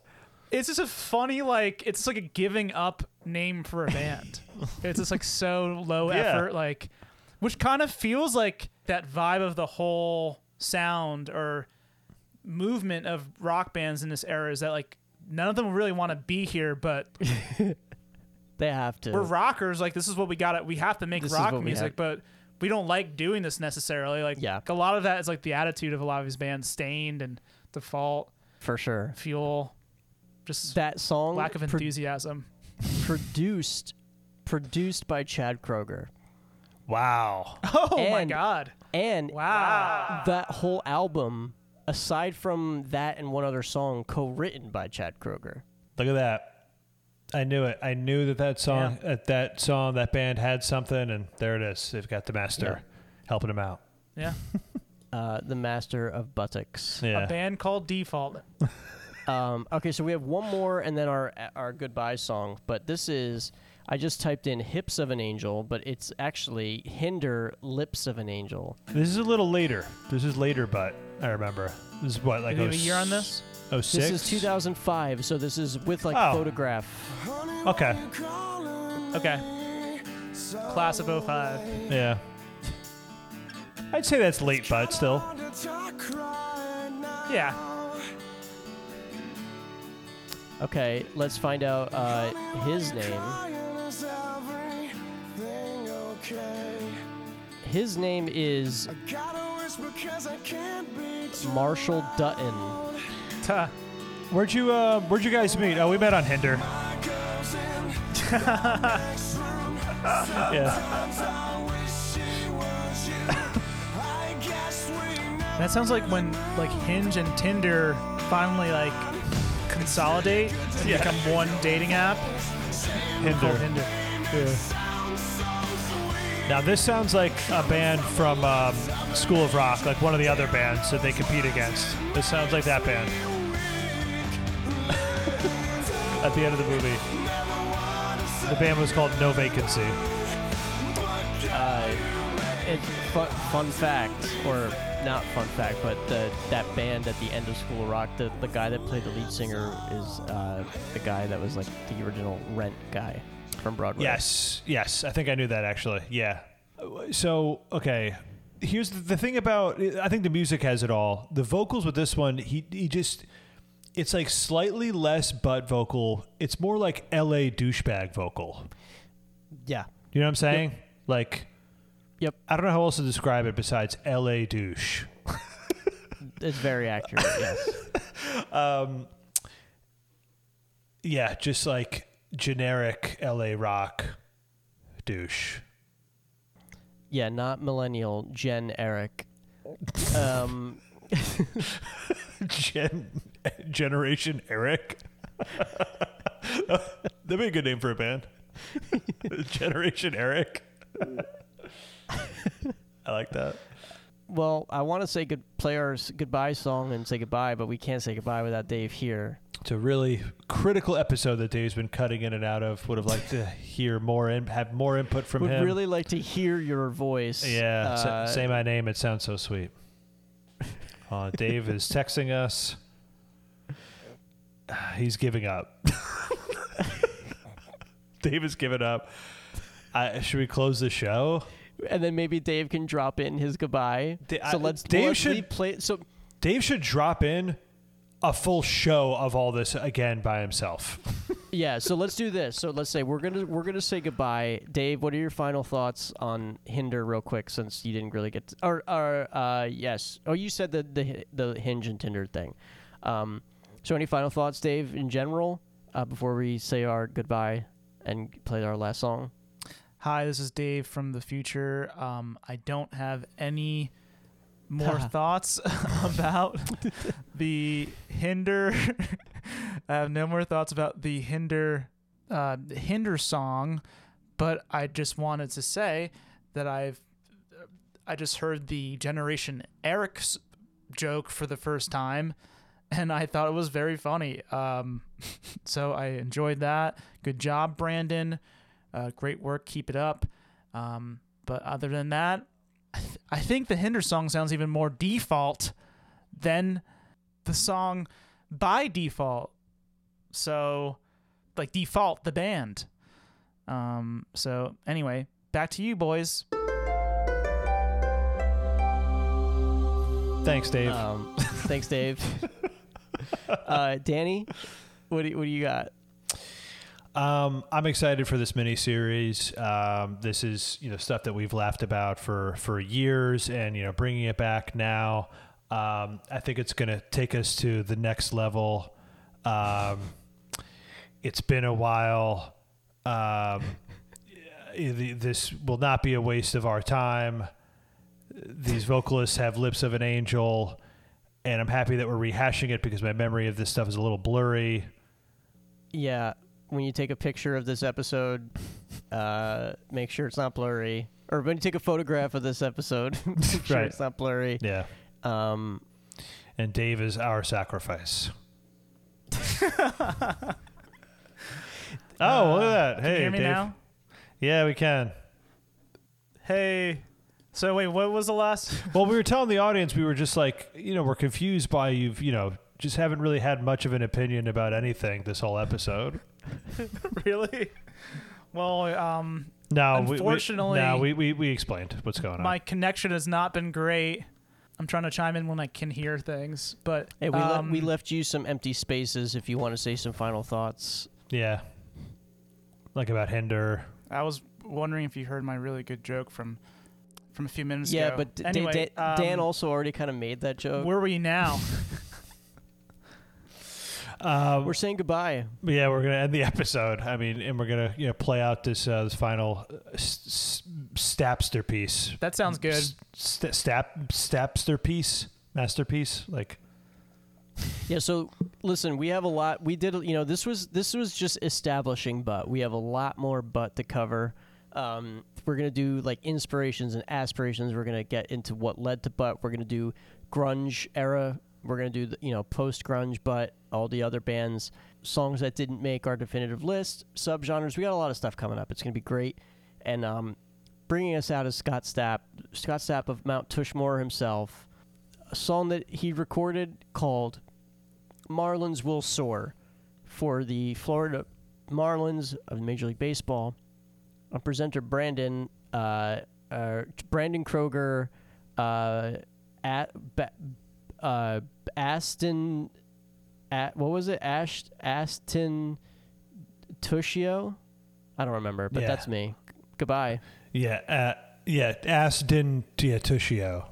It's just a funny, like, it's like a giving up name for a band. it's just like so low
Yeah.
effort, like, which kind of feels like that vibe of the whole sound or movement of rock bands in this era is that, like, none of them really want to be here, but
They have to.
we're rockers. Like this is what we got. to We have to make
This is
rock
what we
music,
have-
but we don't like doing this necessarily. Like
Yeah.
a lot of that is like the attitude of a lot of these bands, Stained and Default,
for sure.
Fuel, just
That song
lack of
pro-
enthusiasm.
produced produced by Chad Kroger.
Wow.
Oh my
and- Ah.
god!
And
Wow.
that whole album, aside from that and one other song, co-written by Chad Kroger.
Look at that. I knew it. I knew that that song, that that song, that band had something, and there it is. They've got the master helping him out.
Yeah,
Uh, the master of buttocks.
Yeah.
a band called Default.
Um, okay, so we have one more, and then our our goodbye song. But this is I just typed in "hips of an angel," but it's actually "hinder lips of an angel."
This is a little later. This is later, but I remember. This is what, like
Do you
oh,
have a year on this?
Oh six.
This is 2005, so this is with like
Oh.
photograph.
Okay.
Okay, class of 05.
Yeah. I'd say that's late, but still.
Yeah,
Okay, let's find out uh, his name. His name is Marshall Dutton.
Tuh.
Where'd you uh, Where'd you guys meet? Oh, we met on Hinder. yeah.
that sounds like when like Hinge and Tinder finally like consolidate and become one dating app called
Hinder.
Hinder.
Now this sounds like a band from um, School of Rock, like one of the other bands that they compete against. This sounds like that band. At the end of the movie, the band was called No Vacancy.
It, fun, Uh, fun fact, or not fun fact, but the, that band at the end of School of Rock, the, the guy that played the lead singer is uh, the guy that was like the original Rent guy from Broadway.
Yes, yes, I think I knew that actually. Yeah. So okay, here's the, the thing about I think the music has it all. The vocals with this one, he he just it's like slightly less butt vocal. It's more like L.A. douchebag vocal.
Yeah.
You know what I'm saying? Like,
Yep.
I don't know how else to describe it besides L.A. douche.
It's very accurate. yes.
Yeah, just like generic L.A. rock douche.
Yeah, not millennial, Gen Eric. Um,
Gen Generation Eric. That'd be a good name for a band. Generation Eric. I like that.
Well, I want to say good players goodbye song and say goodbye, but we can't say goodbye without Dave here.
It's a really critical episode that Dave's been cutting in and out of. Would have liked to hear more and have more input from
Would
him.
really like to hear your voice.
Yeah, sa-
uh,
say my name. It sounds so sweet. Uh, Dave is texting us. He's giving up. Dave is giving up. I, should we close the show?
and then maybe Dave can drop in his goodbye.
Da- I-
so let's
Dave
let's
should-
leave play. So
Dave should drop in a full show of all this again by himself.
yeah, so let's do this. So let's say we're gonna we're gonna say goodbye. Dave, what are your final thoughts on Hinder, real quick, since you didn't really get to, or or uh, yes, oh you said the the the Hinge and Tinder thing. Um, so any final thoughts, Dave, in general, uh, before we say our goodbye and play our last song?
Hi, this is Dave from the future. Um, I don't have any more thoughts about the Hinder. I have no more thoughts about the Hinder uh, Hinder song, but I just wanted to say that I've I just heard the Generation Eric's joke for the first time, and I thought it was very funny. Um, so I enjoyed that. Good job, Brandon. Uh, great work. Keep it up. Um, but other than that, I, th- I think the Hinder song sounds even more default than the song by default. So, like, default, the band. Um, so, anyway, back to you, boys.
Thanks, Dave.
Um, thanks, Dave. uh, Danny, what do, you- what do you got?
Um, I'm excited for this mini series. Um, this is you know stuff that we've laughed about for for years, and you know bringing it back now. Um, I think it's going to take us to the next level. Um, it's been a while. Um, yeah, the- this will not be a waste of our time. These vocalists have lips of an angel, and I'm happy that we're rehashing it because my memory of this stuff is a little blurry.
Yeah, when you take a picture of this episode, uh, make sure it's not blurry. Or when you take a photograph of this episode, make sure
Right.
it's not blurry.
Yeah.
Um,
and Dave is our sacrifice. oh, look at that! Hey,
Uh, Hear me
Dave.
now?
Yeah, we can.
Hey. So, wait, what was the last?
Well, we were telling the audience we were just like, you know, we're confused by you've, you know, just haven't really had much of an opinion about anything this whole episode.
really? Well, um,
No, we-
Unfortunately-
we, no, we, we we explained what's going on.
my connection has not been great. I'm trying to chime in when I can hear things, but
hey, we,
um,
le- we left you some empty spaces if you want to say some final thoughts.
yeah, like about Hinder.
I was wondering if you heard my really good joke from from a few minutes
yeah,
ago.
but D-
anyway,
Dan, Dan
um,
also already kind of made that joke. We're,
where were you now?
Um,
saying goodbye.
But yeah, we're gonna end the episode. I mean, and we're gonna you know play out this uh, this final uh, s- s- stapster piece.
that sounds good.
S- st- stap stapster piece, masterpiece. Like
Yeah, so listen, we have a lot. We did, you know, this was this was just establishing butt. We have a lot more butt to cover. Um, we're gonna do like inspirations and aspirations. We're gonna get into what led to butt. We're gonna do grunge era. We're gonna do the, you know post grunge butt. All the other bands, songs that didn't make our definitive list, subgenres. We got a lot of stuff coming up. It's gonna be great, and um, bringing us out is Scott Stapp, Scott Stapp of Mount Tushmore himself. A song that he recorded called Marlins will soar for the Florida Marlins of Major League Baseball. Our presenter Brandon uh, uh, Brandon Kroger uh, at ba- uh, Aston at what was it Ash Aston Tushio? I don't remember, but
Yeah.
that's me. Goodbye.
yeah, uh, yeah. Aston Tushio.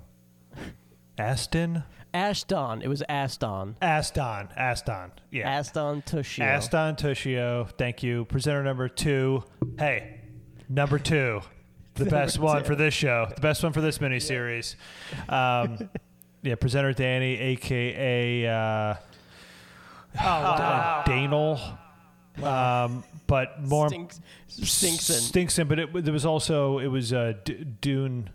Aston,
Ashton. It was Aston.
Aston, Aston. Yeah,
Aston Tushio.
Aston Tushio. Thank you, presenter number two. Hey, number two, the best one for this show, the best one for this miniseries. Um, yeah, presenter Danny, aka uh, uh, Danel. Um, but more
Stinks, stinks and
Stinkson, but it, there was also it was uh, D- Dune,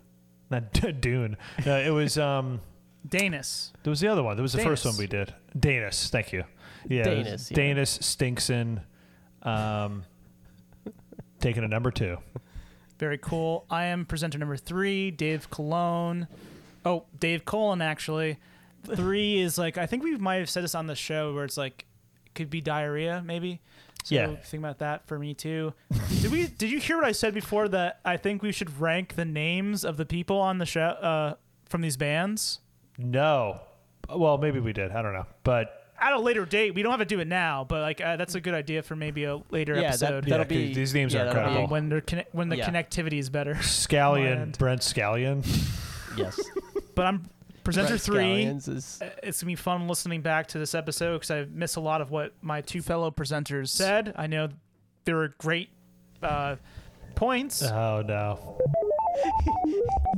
not D- Dune. Uh, it was um,
Danis.
there was the other one. There was the first
Danis.
one we did. Danis, thank you. Yeah, it was
Danis, yeah.
Danis Stinkson, um, taking a number two.
Very cool. I am presenter number three, Dave Cologne. Oh, Dave Colon, actually. Three is like, I think we might have said this on the show where it's like, it could be diarrhea, maybe. So
Yeah.
think about that for me too. did we? Did you hear what I said before that I think we should rank the names of the people on the show uh, from these bands
No, well maybe we did. I don't know, but
at a later date? We don't have to do it now, but like uh, that's a good idea for maybe a later
yeah, that,
episode
that'll
'cause
be
these names
yeah,
are
that'll be-
incredible.
when they're conne- when the
Yeah.
connectivity is better.
Scallion, Brent Scallion.
yes,
But I'm presenter
Brett
three. uh,
Scallions is-
it's gonna be fun listening back to this episode because I miss a lot of what my two fellow presenters said. I know there were great uh, points.
Oh no,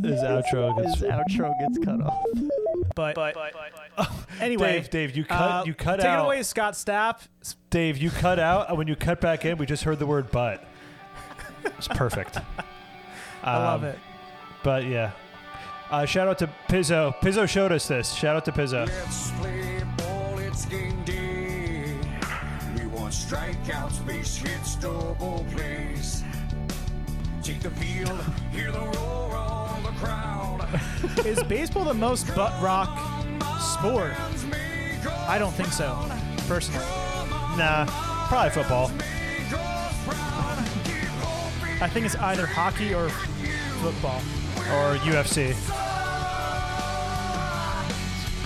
his outro gets
his outro gets cut off.
but, but, oh, anyway,
Dave, Dave, you cut,
uh,
you cut
take
out.
it away, Scott Stapp.
Dave, you cut out. and When you cut back in, we just heard the word "but." It's perfect.
I love
Um,
it.
But yeah, uh, shout out to Pizzo. Pizzo showed us this. Shout out to Pizzo.
Let's play ball, it's game day. We want strikeouts, base hits, double plays. Take the field, hear the roar on the crowd.
Is baseball the most butt rock sport? I don't think so, personally.
Nah, probably football.
I think it's either hockey or football.
or UFC.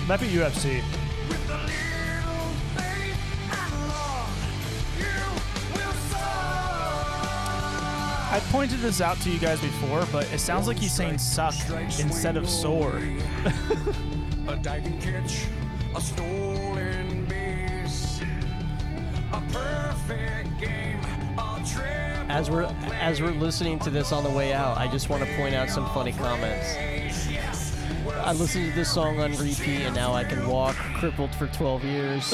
Might be UFC.
I pointed this out to you guys before, but it sounds like he's saying "suck" instead of "sore."
A diving catch, a stolen base, a perfect game, a triple
As we're as we're listening to this on the way out, I just want to point out some funny comments. I listened to this song on repeat, and now I can walk, crippled for 12 years.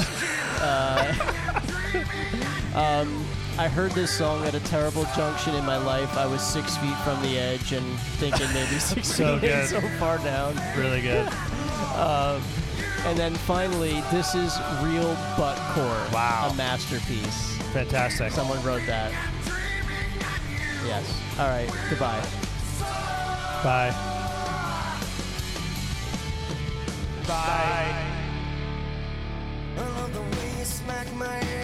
Uh, um, I heard this song at a terrible junction in my life. I was six feet from the edge and thinking maybe six
So
feet ain't
good.
so far down.
Really good.
And then finally, this is real butt core.
Wow.
a masterpiece.
Fantastic.
Someone wrote that. Yes. All right. Goodbye.
Bye.
I love the way you smack my